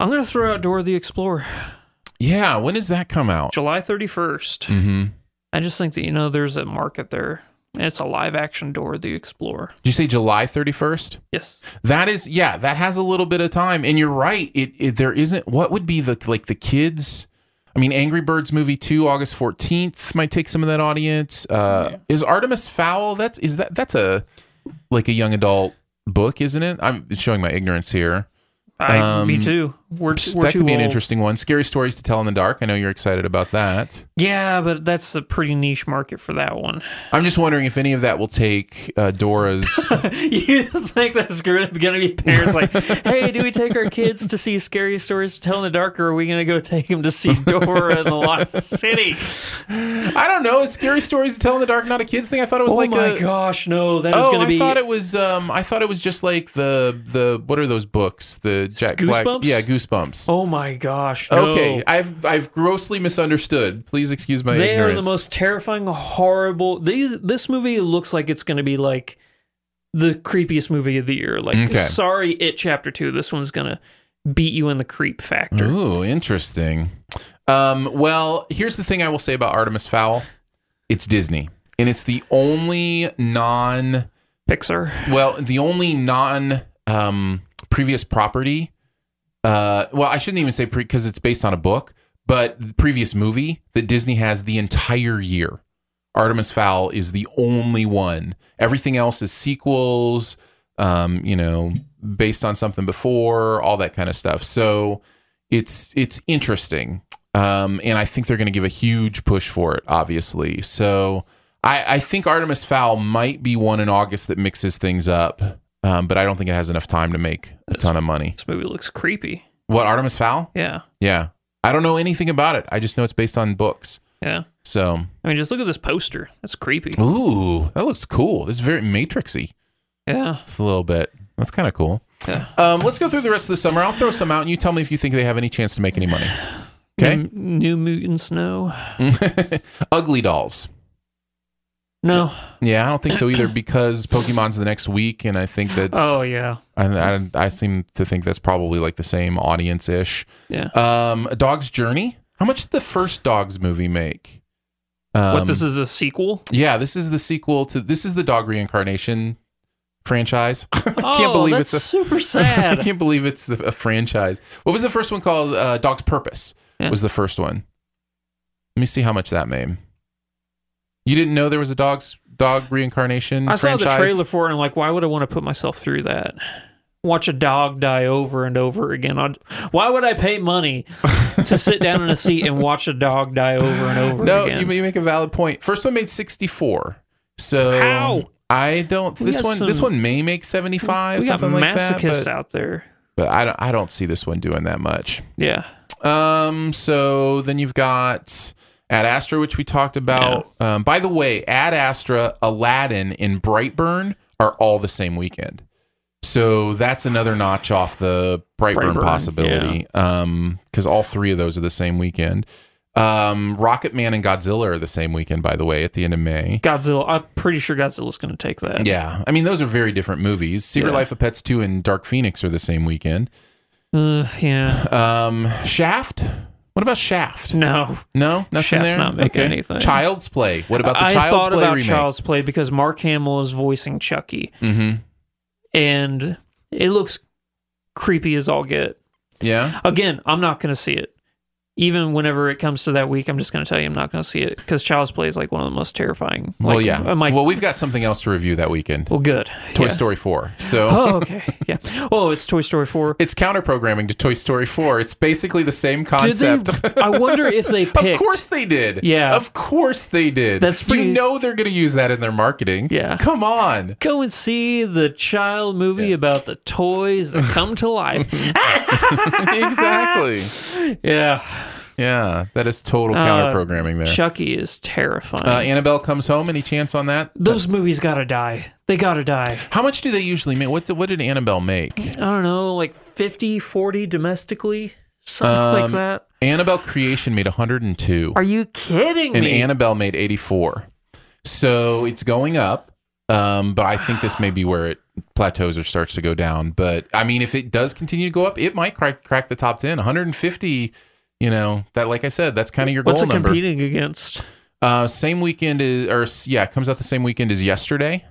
Speaker 3: I'm gonna throw out Dora the Explorer,
Speaker 2: Yeah. When does that come out?
Speaker 3: July 31st.
Speaker 2: Mm-hmm.
Speaker 3: I just think that you know there's a market there. And It's a live action Dora the Explorer.
Speaker 2: Did you say July 31st?
Speaker 3: Yes.
Speaker 2: That is, yeah, that has a little bit of time. And you're right. It, it there isn't. What would be the like the kids? I mean, Angry Birds movie two, August 14th might take some of that audience. Uh, Is Artemis Fowl? That's is that that's a like a young adult book, isn't it? I'm showing my ignorance here.
Speaker 3: I, me
Speaker 2: Um,
Speaker 3: too. We're,
Speaker 2: Psst,
Speaker 3: we're
Speaker 2: that
Speaker 3: too
Speaker 2: could be an
Speaker 3: old.
Speaker 2: interesting one. Scary stories to tell in the dark. I know you're excited about that.
Speaker 3: Yeah, but that's a pretty niche market for that one.
Speaker 2: I'm just wondering if any of that will take uh, Dora's.
Speaker 3: you just think that's gonna be parents like, hey, do we take our kids to see scary stories to tell in the dark, or are we gonna go take them to see Dora in the Lost City?
Speaker 2: I don't know. Is scary stories to tell in the dark not a kids thing? I thought it was
Speaker 3: oh
Speaker 2: like
Speaker 3: my
Speaker 2: a,
Speaker 3: gosh, no, that is
Speaker 2: Oh,
Speaker 3: gonna
Speaker 2: I
Speaker 3: be
Speaker 2: thought it was. Um, I thought it was just like the the what are those books? The Jack Black.
Speaker 3: Goosebumps?
Speaker 2: Yeah, Goosebumps.
Speaker 3: Oh my gosh, no.
Speaker 2: okay, I've I've grossly misunderstood. Please excuse my
Speaker 3: They
Speaker 2: ignorance.
Speaker 3: are the most terrifying, horrible. These this movie looks like it's going to be like the creepiest movie of the year. Like,
Speaker 2: Okay.
Speaker 3: sorry, it chapter two. This one's going to beat you in the creep factor.
Speaker 2: Ooh, interesting. Um, well, here's the thing I will say about Artemis Fowl. It's Disney, and it's the only non
Speaker 3: Pixar.
Speaker 2: well, the only non um, previous property. Uh, well, I shouldn't even say pre because it's based on a book, but the previous movie that Disney has the entire year. Artemis Fowl is the only one. Everything else is sequels, um, you know, based on something before, all that kind of stuff. So it's it's interesting, um, and I think they're going to give a huge push for it, obviously. So I, I think Artemis Fowl might be one in August that mixes things up, um, but I don't think it has enough time to make a ton of money.
Speaker 3: This movie looks creepy.
Speaker 2: What Artemis Fowl?
Speaker 3: Yeah,
Speaker 2: Yeah, I don't know anything about it. I just know it's based on books.
Speaker 3: yeah.
Speaker 2: So
Speaker 3: I mean, just look at this poster. That's creepy.
Speaker 2: Ooh, that looks cool. It's very matrixy.
Speaker 3: Yeah.
Speaker 2: It's a little bit. That's kind of cool.
Speaker 3: Yeah.
Speaker 2: Um, let's go through the rest of the summer. I'll throw some out, and you tell me if you think they have any chance to make any money. Okay.
Speaker 3: New, New Mutants, no. Mm.
Speaker 2: Ugly dolls.
Speaker 3: No.
Speaker 2: Yeah, I don't think so either because Pokemon's the next week, and I think that's.
Speaker 3: Oh, yeah.
Speaker 2: I, I, I seem to think that's probably like the same audience ish.
Speaker 3: Yeah.
Speaker 2: Um, a Dog's Journey. How much did the first Dogs movie make? Um,
Speaker 3: what, this is a sequel?
Speaker 2: Yeah, this is the sequel to. This is the Dog Reincarnation franchise. I can't
Speaker 3: oh,
Speaker 2: believe
Speaker 3: that's
Speaker 2: it's a.
Speaker 3: super
Speaker 2: I
Speaker 3: sad.
Speaker 2: can't believe it's the, a franchise. What was the first one called? Uh, Dog's Purpose
Speaker 3: Yeah.
Speaker 2: was the first one. Let me see how much that made. You didn't know there was a dog's dog reincarnation
Speaker 3: I saw
Speaker 2: franchise.
Speaker 3: the trailer for it and I'm like, why would I want to put myself through that? Watch a dog die over and over again. I'd, why would I pay money to sit down in a seat and watch a dog die over and over
Speaker 2: no,
Speaker 3: again?
Speaker 2: you, you make a valid point. First one made sixty four. So
Speaker 3: How?
Speaker 2: I don't.
Speaker 3: We
Speaker 2: This
Speaker 3: got
Speaker 2: one. this
Speaker 3: some-
Speaker 2: one may make seventy five.
Speaker 3: we got
Speaker 2: Something like that.
Speaker 3: masochists
Speaker 2: But,
Speaker 3: out there.
Speaker 2: but I don't. I don't see this one doing that much.
Speaker 3: Yeah.
Speaker 2: Um, so then you've got Ad Astra, which we talked about. Um, by the way, Ad Astra, Aladdin, and Brightburn are all the same weekend. So that's another notch off the Brightburn,
Speaker 3: Brightburn,
Speaker 2: possibility. Um, because all three of those are the same weekend. Um, Rocket Man and Godzilla are the same weekend, by the way, at the end of May.
Speaker 3: Godzilla. I'm pretty sure Godzilla's going to take that.
Speaker 2: Yeah. I mean, those are very different movies. Secret
Speaker 3: Yeah.
Speaker 2: Life of Pets 2 and Dark Phoenix are the same weekend.
Speaker 3: Uh, yeah.
Speaker 2: Um, Shaft? What about Shaft?
Speaker 3: No.
Speaker 2: No, nothing
Speaker 3: Shaft's
Speaker 2: there.
Speaker 3: not making anything.
Speaker 2: Child's Play. What about the
Speaker 3: I
Speaker 2: Child's
Speaker 3: thought
Speaker 2: Play
Speaker 3: about
Speaker 2: remake?
Speaker 3: Child's Play because Mark Hamill is voicing Chucky.
Speaker 2: Mhm.
Speaker 3: And it looks creepy as all get.
Speaker 2: Yeah.
Speaker 3: Again, I'm not going to see it. even whenever it comes to that week, I'm just going to tell you I'm not going to see it because Child's Play is like one of the most terrifying.
Speaker 2: well,
Speaker 3: like,
Speaker 2: yeah.
Speaker 3: I'm like,
Speaker 2: well,
Speaker 3: well,
Speaker 2: we've got something else to review that weekend.
Speaker 3: good.
Speaker 2: Toy
Speaker 3: Yeah.
Speaker 2: Story 4. So
Speaker 3: Oh, okay. Yeah. Oh, it's Toy Story 4.
Speaker 2: it's counter programming to Toy Story 4. It's basically the same
Speaker 3: Did
Speaker 2: concept.
Speaker 3: they? I wonder if they picked.
Speaker 2: Of course they did.
Speaker 3: Yeah.
Speaker 2: Of course they did.
Speaker 3: That's pretty-
Speaker 2: You know they're going to use that in their marketing.
Speaker 3: Yeah.
Speaker 2: Come on.
Speaker 3: Go and see the child movie about the toys that come to life.
Speaker 2: exactly.
Speaker 3: yeah.
Speaker 2: Yeah. That is total
Speaker 3: Uh,
Speaker 2: counter programming there.
Speaker 3: Chucky is terrifying.
Speaker 2: uh, Annabelle comes home. Any chance on that?
Speaker 3: Those movies gotta die. They gotta die.
Speaker 2: How much do they usually make? What, what did Annabelle make?
Speaker 3: I don't know, like 50, 40 domestically? Something
Speaker 2: Um,
Speaker 3: like that.
Speaker 2: Annabelle Creation made 102.
Speaker 3: Are you kidding
Speaker 2: and
Speaker 3: me?
Speaker 2: Annabelle made 84. So it's going up. Um, but I think this may be where it plateaus or starts to go down. But I mean, if it does continue to go up, it might crack, crack the top 10. 150, you know, that, like I said, that's kind of your
Speaker 3: What's
Speaker 2: goal
Speaker 3: it
Speaker 2: number.
Speaker 3: competing against?
Speaker 2: Uh, same weekend is, or s- yeah, it comes out the same weekend as yesterday.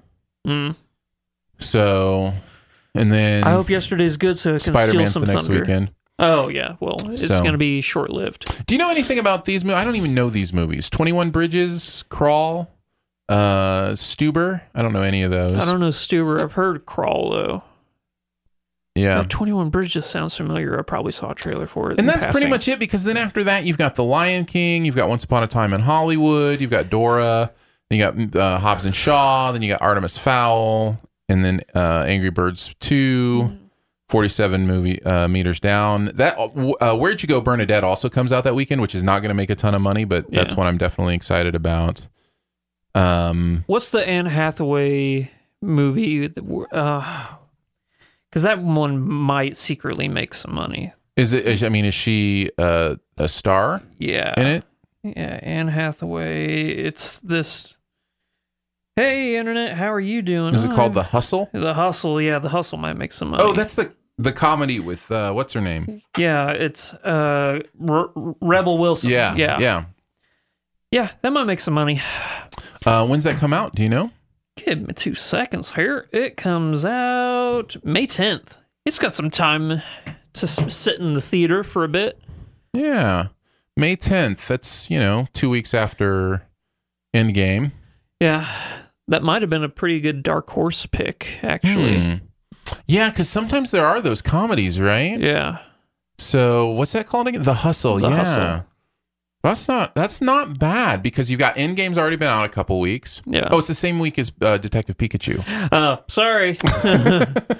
Speaker 3: Mm.
Speaker 2: So, and then
Speaker 3: I hope yesterday's good so it can
Speaker 2: Spider
Speaker 3: steal
Speaker 2: Man's
Speaker 3: some
Speaker 2: the next
Speaker 3: thunder.
Speaker 2: weekend.
Speaker 3: Oh yeah, well it's
Speaker 2: So.
Speaker 3: gonna be short lived.
Speaker 2: Do you know anything about these movies? I don't even know these movies. 21 Bridges, Crawl, uh, Stuber. I don't know any of those.
Speaker 3: I don't know, Stuber. I've heard Crawl though.
Speaker 2: yeah.
Speaker 3: Twenty One Bridges sounds familiar. I probably saw a trailer for it. in
Speaker 2: And that's pretty
Speaker 3: passing.
Speaker 2: much it because then after that, you've got The Lion King, you've got Once Upon a Time in Hollywood, you've got Dora, then you got uh, Hobbs and Shaw, then you got Artemis Fowl, and then uh, Angry Birds
Speaker 3: Mm-hmm.
Speaker 2: 2, 47 movie uh, meters down. That uh, Where'd You Go, Bernadette also comes out that weekend, which is not going to make a ton of money, but that's
Speaker 3: Yeah.
Speaker 2: one I'm definitely excited about. Um,
Speaker 3: What's the Anne Hathaway movie? Because that one might secretly make some money.
Speaker 2: is it? Is, I mean, is she uh, a star
Speaker 3: Yeah.
Speaker 2: in it?
Speaker 3: Yeah, Anne Hathaway. It's this. Hey, internet, how are you doing?
Speaker 2: Is it
Speaker 3: "Oh,
Speaker 2: called The Hustle?
Speaker 3: The Hustle? Yeah, The Hustle might make some money.
Speaker 2: Oh, that's the the comedy with uh, what's her name?
Speaker 3: yeah. It's uh, Re- Rebel Wilson.
Speaker 2: Yeah,
Speaker 3: yeah,
Speaker 2: yeah, yeah.
Speaker 3: Yeah, That might make some money.
Speaker 2: Uh, when's that come out? Do you know?
Speaker 3: Give me two seconds here. It comes out May tenth. It's got some time to s- sit in the theater for a bit.
Speaker 2: Yeah, May tenth. That's you know two weeks after Endgame.
Speaker 3: Yeah, that might have been a pretty good dark horse pick, actually.
Speaker 2: Hmm. Yeah, because sometimes there are those comedies, right?
Speaker 3: Yeah.
Speaker 2: So what's that called again? The Hustle.
Speaker 3: The
Speaker 2: yeah.
Speaker 3: Hustle.
Speaker 2: That's not that's not bad because you've got Endgame's already been out a couple weeks.
Speaker 3: Yeah.
Speaker 2: Oh, it's the same week as uh, Detective Pikachu.
Speaker 3: Oh, sorry.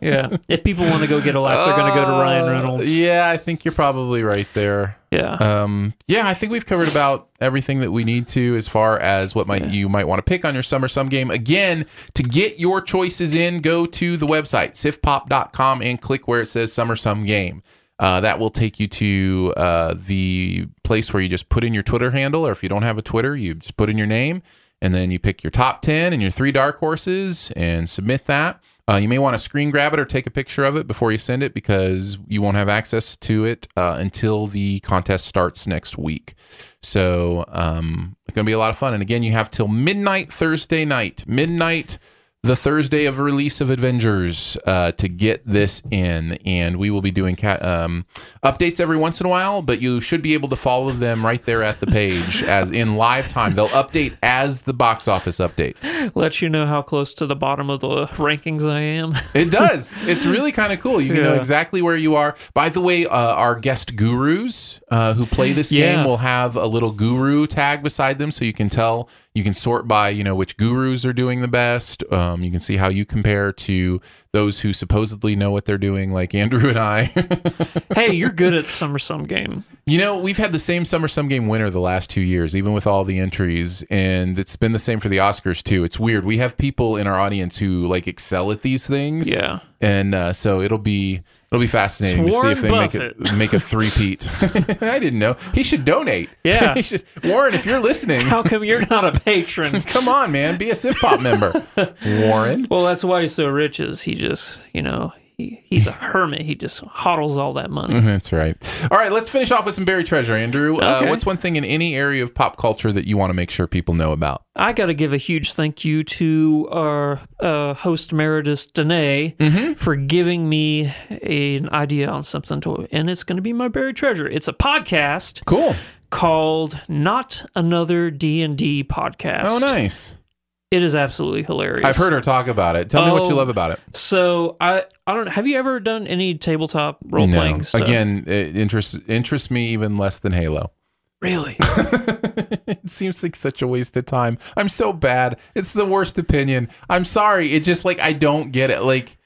Speaker 3: yeah. If people want to go get a laugh, they're going to go to Ryan Reynolds. Yeah.
Speaker 2: Uh, Yeah, I think you're probably right there. Um, yeah, I think we've covered about everything that we need to as far as what might you might want to pick on your summer sum game. Again, to get your choices in, go to the website sifpop.com and click where it says summer sum game. Uh, that will take you to uh, the place where you just put in your Twitter handle, or if you don't have a Twitter, you just put in your name and then you pick your top 10 and your three dark horses and submit that. Uh, you may want to screen grab it or take a picture of it before you send it because you won't have access to it uh, until the contest starts next week. So um, it's going to be a lot of fun. And again, you have till midnight Thursday night, midnight the Thursday of release of Avengers uh, to get this in. And we will be doing ca- um, updates every once in a while, but you should be able to follow them right there at the page as in live time. They'll update as the box office updates.
Speaker 3: Let you know how close to the bottom of the rankings I am.
Speaker 2: It does. It's really kind of cool. You can know
Speaker 3: Yeah.
Speaker 2: exactly where you are. By the way, uh, our guest gurus uh, who play this
Speaker 3: Yeah.
Speaker 2: game will have a little guru tag beside them, so you can tell. You can sort by you know which gurus are doing the best. Um, you can see how you compare to those who supposedly know what they're doing, like Andrew and I.
Speaker 3: hey, you're good at Summer Sum Game.
Speaker 2: You know, we've had the same summer sum game winner the last two years, even with all the entries, and it's been the same for the Oscars too. It's weird. We have people in our audience who like excel at these things,
Speaker 3: Yeah.
Speaker 2: and uh, so it'll be it'll be fascinating to see
Speaker 3: Warren
Speaker 2: if they make
Speaker 3: Buffett.
Speaker 2: a make a threepeat. I didn't know he should donate.
Speaker 3: Yeah.
Speaker 2: He should- Warren, if you're listening,
Speaker 3: How come you're not a patron?
Speaker 2: come on, man, be a Sip Pop member, Warren.
Speaker 3: Well, that's why he's so rich is he just, you know, he, he's a hermit. He just hodls all that money.
Speaker 2: That's right. All right, let's finish off with some buried treasure, Andrew. Uh,
Speaker 3: Okay.
Speaker 2: what's one thing in any area of pop culture that you want to make sure people know about?
Speaker 3: I got to give a huge thank you to our uh, host emeritus Danae for giving me an idea on something to, and it's going to be my buried treasure. It's a podcast
Speaker 2: Cool.
Speaker 3: called "Not Another D and D Podcast."
Speaker 2: Oh, nice.
Speaker 3: It is absolutely hilarious.
Speaker 2: I've heard her talk about it. Tell me what you
Speaker 3: Oh,
Speaker 2: love about it.
Speaker 3: So I I don't have you ever done any tabletop role playing stuff?
Speaker 2: Again, it interests interests me even less than Halo.
Speaker 3: really?
Speaker 2: It seems like such a waste of time. I'm so bad. It's the worst opinion. I'm sorry. It just like I don't get it. Like,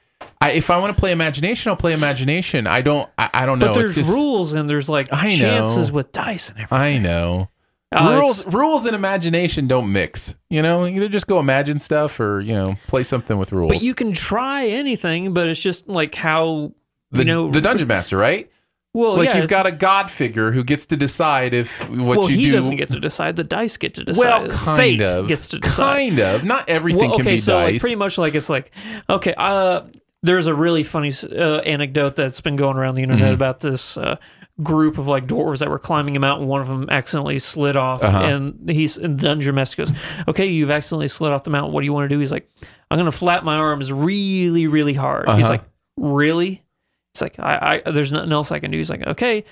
Speaker 2: I if I want to play imagination, I'll play imagination. I don't. I, I don't know.
Speaker 3: but there's
Speaker 2: it's just,
Speaker 3: rules and there's like
Speaker 2: I know.
Speaker 3: chances with dice and everything.
Speaker 2: I know.
Speaker 3: Uh,
Speaker 2: rules
Speaker 3: it's-
Speaker 2: rules and imagination don't mix. You know, either just go imagine stuff or you know play something with rules.
Speaker 3: but you can try anything, but it's just like how
Speaker 2: the,
Speaker 3: you know
Speaker 2: the dungeon master, right?
Speaker 3: Well,
Speaker 2: like
Speaker 3: yeah,
Speaker 2: you've
Speaker 3: it's-
Speaker 2: got a god figure who gets to decide if what
Speaker 3: well,
Speaker 2: you
Speaker 3: he
Speaker 2: do.
Speaker 3: doesn't get to decide. The dice get to decide.
Speaker 2: well, kind
Speaker 3: Fate
Speaker 2: of
Speaker 3: gets to decide.
Speaker 2: Kind of. Not everything
Speaker 3: well, okay,
Speaker 2: can be
Speaker 3: so like
Speaker 2: dice.
Speaker 3: pretty much like it's like okay. Uh, there's a really funny uh, anecdote that's been going around the
Speaker 2: Mm-hmm.
Speaker 3: internet about this uh, group of like dwarves that were climbing a mountain. One of them accidentally slid off,
Speaker 2: Uh-huh.
Speaker 3: and he's and the dungeon master goes, "Okay, you've accidentally slid off the mountain. What do you want to do?" He's like, "I'm gonna flap my arms really, really hard."
Speaker 2: Uh-huh.
Speaker 3: He's like, "Really?" It's like I, I there's nothing else I can do. He's like, "Okay."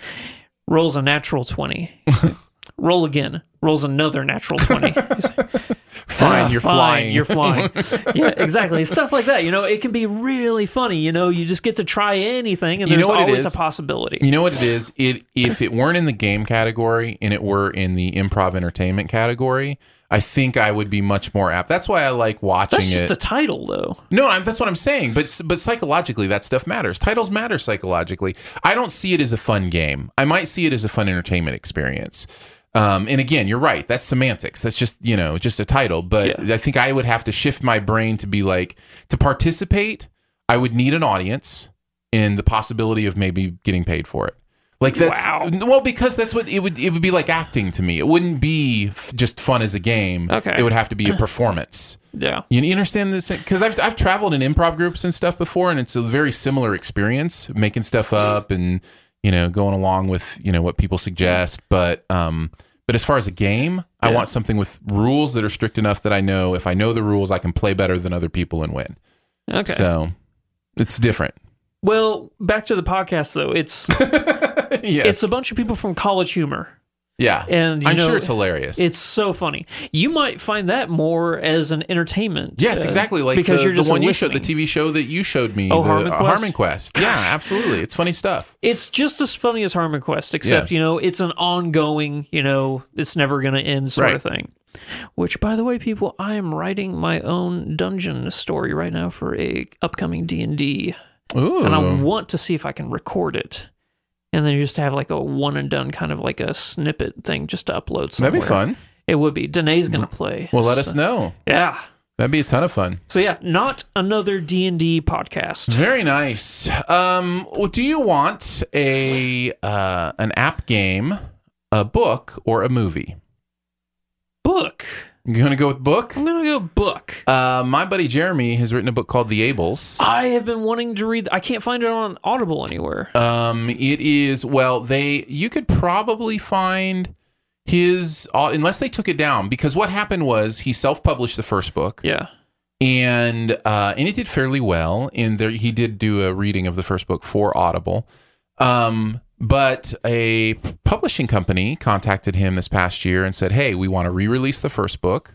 Speaker 3: Rolls a natural twenty. He's like, Roll again. Rolls another natural twenty. He's like,
Speaker 2: fine,
Speaker 3: "Ah,
Speaker 2: you're
Speaker 3: fine,
Speaker 2: flying.
Speaker 3: You're flying. yeah, exactly. Stuff like that. You know, it can be really funny. You know, you just get to try anything, and
Speaker 2: You know what
Speaker 3: there's
Speaker 2: it
Speaker 3: always
Speaker 2: is?
Speaker 3: a possibility.
Speaker 2: You know what it is? It if it weren't in the game category and it were in the improv entertainment category, I think I would be much more apt. That's why I like watching
Speaker 3: That's just
Speaker 2: it.
Speaker 3: a title, though.
Speaker 2: No, I'm, that's what I'm saying. But s- but psychologically, that stuff matters. Titles matter psychologically. I don't see it as a fun game. I might see it as a fun entertainment experience. Um, and again, you're right. That's semantics. That's just you know just a title. But I think I would have to shift my brain to be like to participate. I would need an audience and the possibility of maybe getting paid for it. Like that's
Speaker 3: Wow.
Speaker 2: well because that's what it would it would be like acting to me. It wouldn't be f- just fun as a game.
Speaker 3: Okay.
Speaker 2: It would have to be a performance.
Speaker 3: Yeah.
Speaker 2: You, you understand this? Because I've, I've traveled in improv groups and stuff before, and it's a very similar experience making stuff up and, you know, going along with, you know, what people suggest. But, um, but as far as a game, I
Speaker 3: Yeah.
Speaker 2: want something with rules that are strict enough that I know if I know the rules, I can play better than other people and win.
Speaker 3: Okay.
Speaker 2: So it's different.
Speaker 3: Well, back to the podcast though. It's
Speaker 2: yes.
Speaker 3: it's a bunch of people from College Humor.
Speaker 2: yeah.
Speaker 3: and, you
Speaker 2: I'm
Speaker 3: know,
Speaker 2: sure it's hilarious.
Speaker 3: It's so funny. You might find that more as an entertainment.
Speaker 2: Yes,
Speaker 3: uh,
Speaker 2: exactly. Like
Speaker 3: because
Speaker 2: the,
Speaker 3: you're just
Speaker 2: the one you
Speaker 3: listening.
Speaker 2: showed, the TV show that you showed me,
Speaker 3: Oh,
Speaker 2: the,
Speaker 3: Harmon
Speaker 2: uh,
Speaker 3: Quest?
Speaker 2: Harmon Quest. Yeah, absolutely. It's funny stuff.
Speaker 3: It's just as funny as Harmon Quest, except
Speaker 2: Yeah.
Speaker 3: you know it's an ongoing, you know, it's never going to end sort of thing. Which, by the way, people, I am writing my own dungeon story right now for a upcoming D and D,
Speaker 2: Ooh.
Speaker 3: and I want to see if I can record it, and then just have like a one and done kind of like a snippet thing just to upload. Somewhere.
Speaker 2: That'd be fun.
Speaker 3: It would be. Danae's going to play.
Speaker 2: Well, let
Speaker 3: so-
Speaker 2: us know.
Speaker 3: Yeah.
Speaker 2: That'd be a ton of fun.
Speaker 3: So yeah, not another D and D podcast.
Speaker 2: Very nice. Um, well, do you want a uh, an app game, a book, or a movie?
Speaker 3: Book.
Speaker 2: You gonna go with book?
Speaker 3: I'm gonna go book.
Speaker 2: Uh, my buddy Jeremy has written a book called The Ables.
Speaker 3: I have been wanting to read. I can't find it on Audible anywhere.
Speaker 2: Um, it is well, they you could probably find his unless they took it down because what happened was he self published the first book.
Speaker 3: Yeah.
Speaker 2: and uh, and it did fairly well. And there, he did do a reading of the first book for Audible. Um, but a publishing company contacted him this past year and said, "Hey, we want to re-release the first book,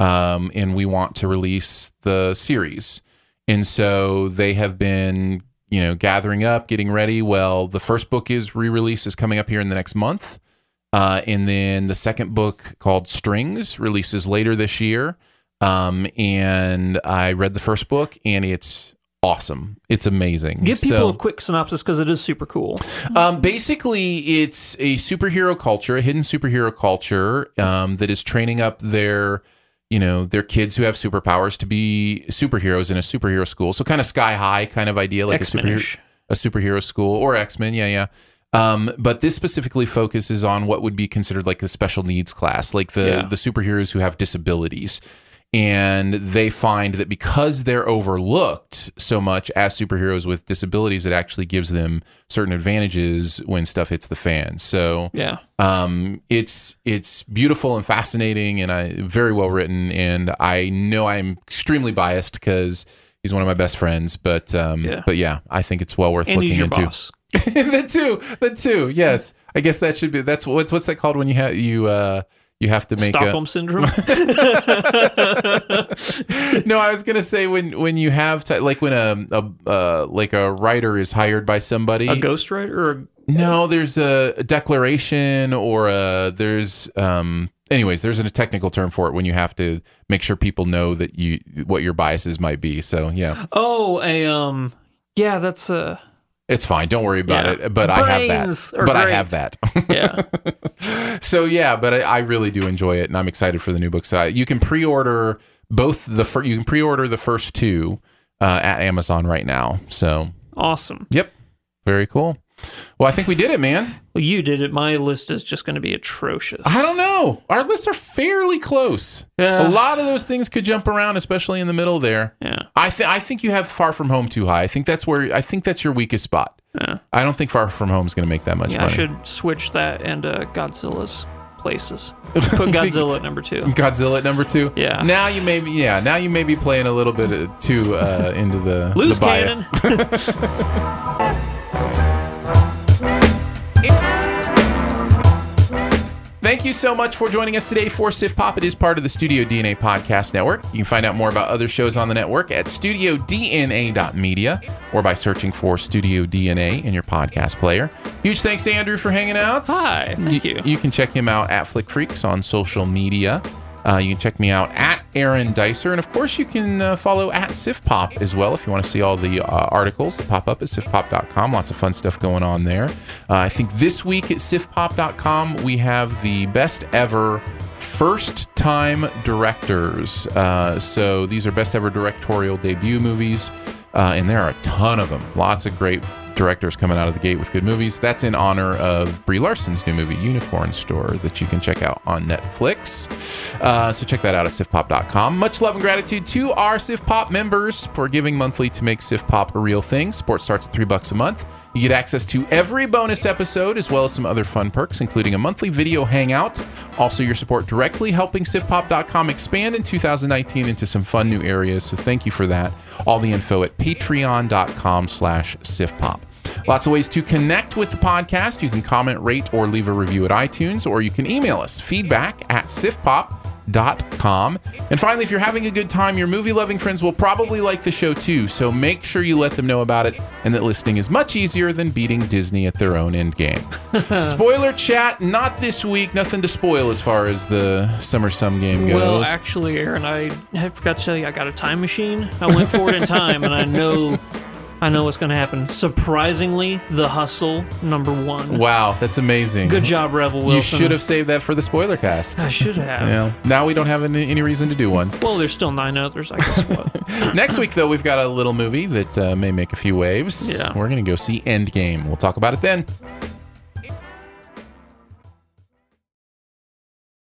Speaker 2: um, and we want to release the series." And so they have been, you know, gathering up, getting ready. Well, the first book is re-release is coming up here in the next month. Uh, and then the second book called Strings releases later this year. Um, and I read the first book, and it's awesome. It's amazing.
Speaker 3: Give people
Speaker 2: So-
Speaker 3: a quick synopsis because it is super cool.
Speaker 2: um, basically, it's a superhero culture, a hidden superhero culture um, that is training up their, you know, their kids who have superpowers to be superheroes in a superhero school. So kind of sky high kind of idea, like
Speaker 3: X-Men-ish.
Speaker 2: a superhero, a superhero school or X Men. Yeah, yeah. Um, but this specifically focuses on what would be considered like the special needs class, like the
Speaker 3: Yeah.
Speaker 2: the superheroes who have disabilities. and they find that because they're overlooked so much as superheroes with disabilities, it actually gives them certain advantages when stuff hits the fan. So
Speaker 3: Yeah.
Speaker 2: um, it's it's beautiful and fascinating, and I very well written. And I know I'm extremely biased because he's one of my best friends, but um,
Speaker 3: Yeah.
Speaker 2: but yeah, I think it's well worth
Speaker 3: And he's
Speaker 2: looking
Speaker 3: your
Speaker 2: into.
Speaker 3: boss.
Speaker 2: the two, the two, yes. I guess that should be that's what's what's that called when you have you uh you have to make a,
Speaker 3: Stockholm syndrome.
Speaker 2: no, I was gonna say when when you have t- like when a, a uh, like a writer is hired by somebody.
Speaker 3: a ghostwriter or a
Speaker 2: no, there's a, a declaration or a there's um. Anyways, there's a technical term for it when you have to make sure people know that you what your biases might be. So yeah,
Speaker 3: Oh, a um, yeah, that's a
Speaker 2: it's fine. Don't worry about
Speaker 3: Yeah.
Speaker 2: it. But I have
Speaker 3: Brains
Speaker 2: that.
Speaker 3: are
Speaker 2: But I
Speaker 3: great.
Speaker 2: have that.
Speaker 3: yeah.
Speaker 2: so yeah, but I, I really do enjoy it, and I'm excited for the new book. So I- you can pre-order both the fir- you can pre-order the first two uh, at Amazon right now. So
Speaker 3: awesome.
Speaker 2: Yep. Very cool. Well, I think we did it, man.
Speaker 3: Well, you did it. My list is just going to be atrocious.
Speaker 2: I don't know. Our lists are fairly close.
Speaker 3: Yeah.
Speaker 2: A lot of those things could jump around, especially in the middle there.
Speaker 3: Yeah.
Speaker 2: I think I think you have Far From Home too high. I think that's where I think that's your weakest spot.
Speaker 3: Yeah.
Speaker 2: I don't think Far From Home is going to make that much
Speaker 3: Yeah, I
Speaker 2: money.
Speaker 3: should switch that and uh, Godzilla's places. Put Godzilla at number two.
Speaker 2: Godzilla at number two.
Speaker 3: Yeah.
Speaker 2: Now you may be yeah. Now you may be playing a little bit uh, too uh, into the
Speaker 3: Loose
Speaker 2: the bias.
Speaker 3: cannon.
Speaker 2: Thank you so much for joining us today for Sif Pop. It is part of the Studio DNA Podcast Network. You can find out more about other shows on the network at studiodna.media or by searching for Studio DNA in your podcast player. Huge thanks to Andrew for hanging out.
Speaker 3: Hi, thank you.
Speaker 2: You can check him out at Flick Freaks on social media. Uh, you can check me out at Aaron Dicer. And of course, you can uh, follow at SifPop as well if you want to see all the uh, articles that pop up at sifpop.com. Lots of fun stuff going on there. Uh, I think this week at sifpop.com, we have the best ever first time directors. Uh, so these are best ever directorial debut movies. Uh, and there are a ton of them. Lots of great directors coming out of the gate with good movies. That's in honor of Brie Larson's new movie, Unicorn Store, that you can check out on Netflix. Uh, so check that out at sifpop.com. Much love and gratitude to our Sif Pop members for giving monthly to make Sif Pop a real thing. Support starts at three bucks a month. You get access to every bonus episode as well as some other fun perks, including a monthly video hangout. Also, your support directly helping sifpop.com expand in 2019 into some fun new areas. So thank you for that. All the info at patreon.com slash sifpop. Lots of ways to connect with the podcast. You can comment, rate, or leave a review at iTunes, or you can email us feedback at sifpop.com. And finally, if you're having a good time, your movie loving friends will probably like the show too, so make sure you let them know about it and that listening is much easier than beating Disney at their own end game. Spoiler chat, not this week. Nothing to spoil as far as the Summer Sum game goes.
Speaker 3: Well, actually, Aaron, I had forgot to tell you, I got a time machine. I went forward in time, and I know, I know what's going to happen. Surprisingly, The Hustle, number one.
Speaker 2: wow, that's amazing.
Speaker 3: Good job, Rebel Wilson. Ah,
Speaker 2: You should have saved that for the spoiler cast.
Speaker 3: I should have.
Speaker 2: Yeah. Now we don't have any, any reason to do one.
Speaker 3: Well, there's still nine others. I guess what?
Speaker 2: Next week, though, we've got a little movie that uh, may make a few waves.
Speaker 3: Yeah.
Speaker 2: We're going to go see Endgame. We'll talk about it then.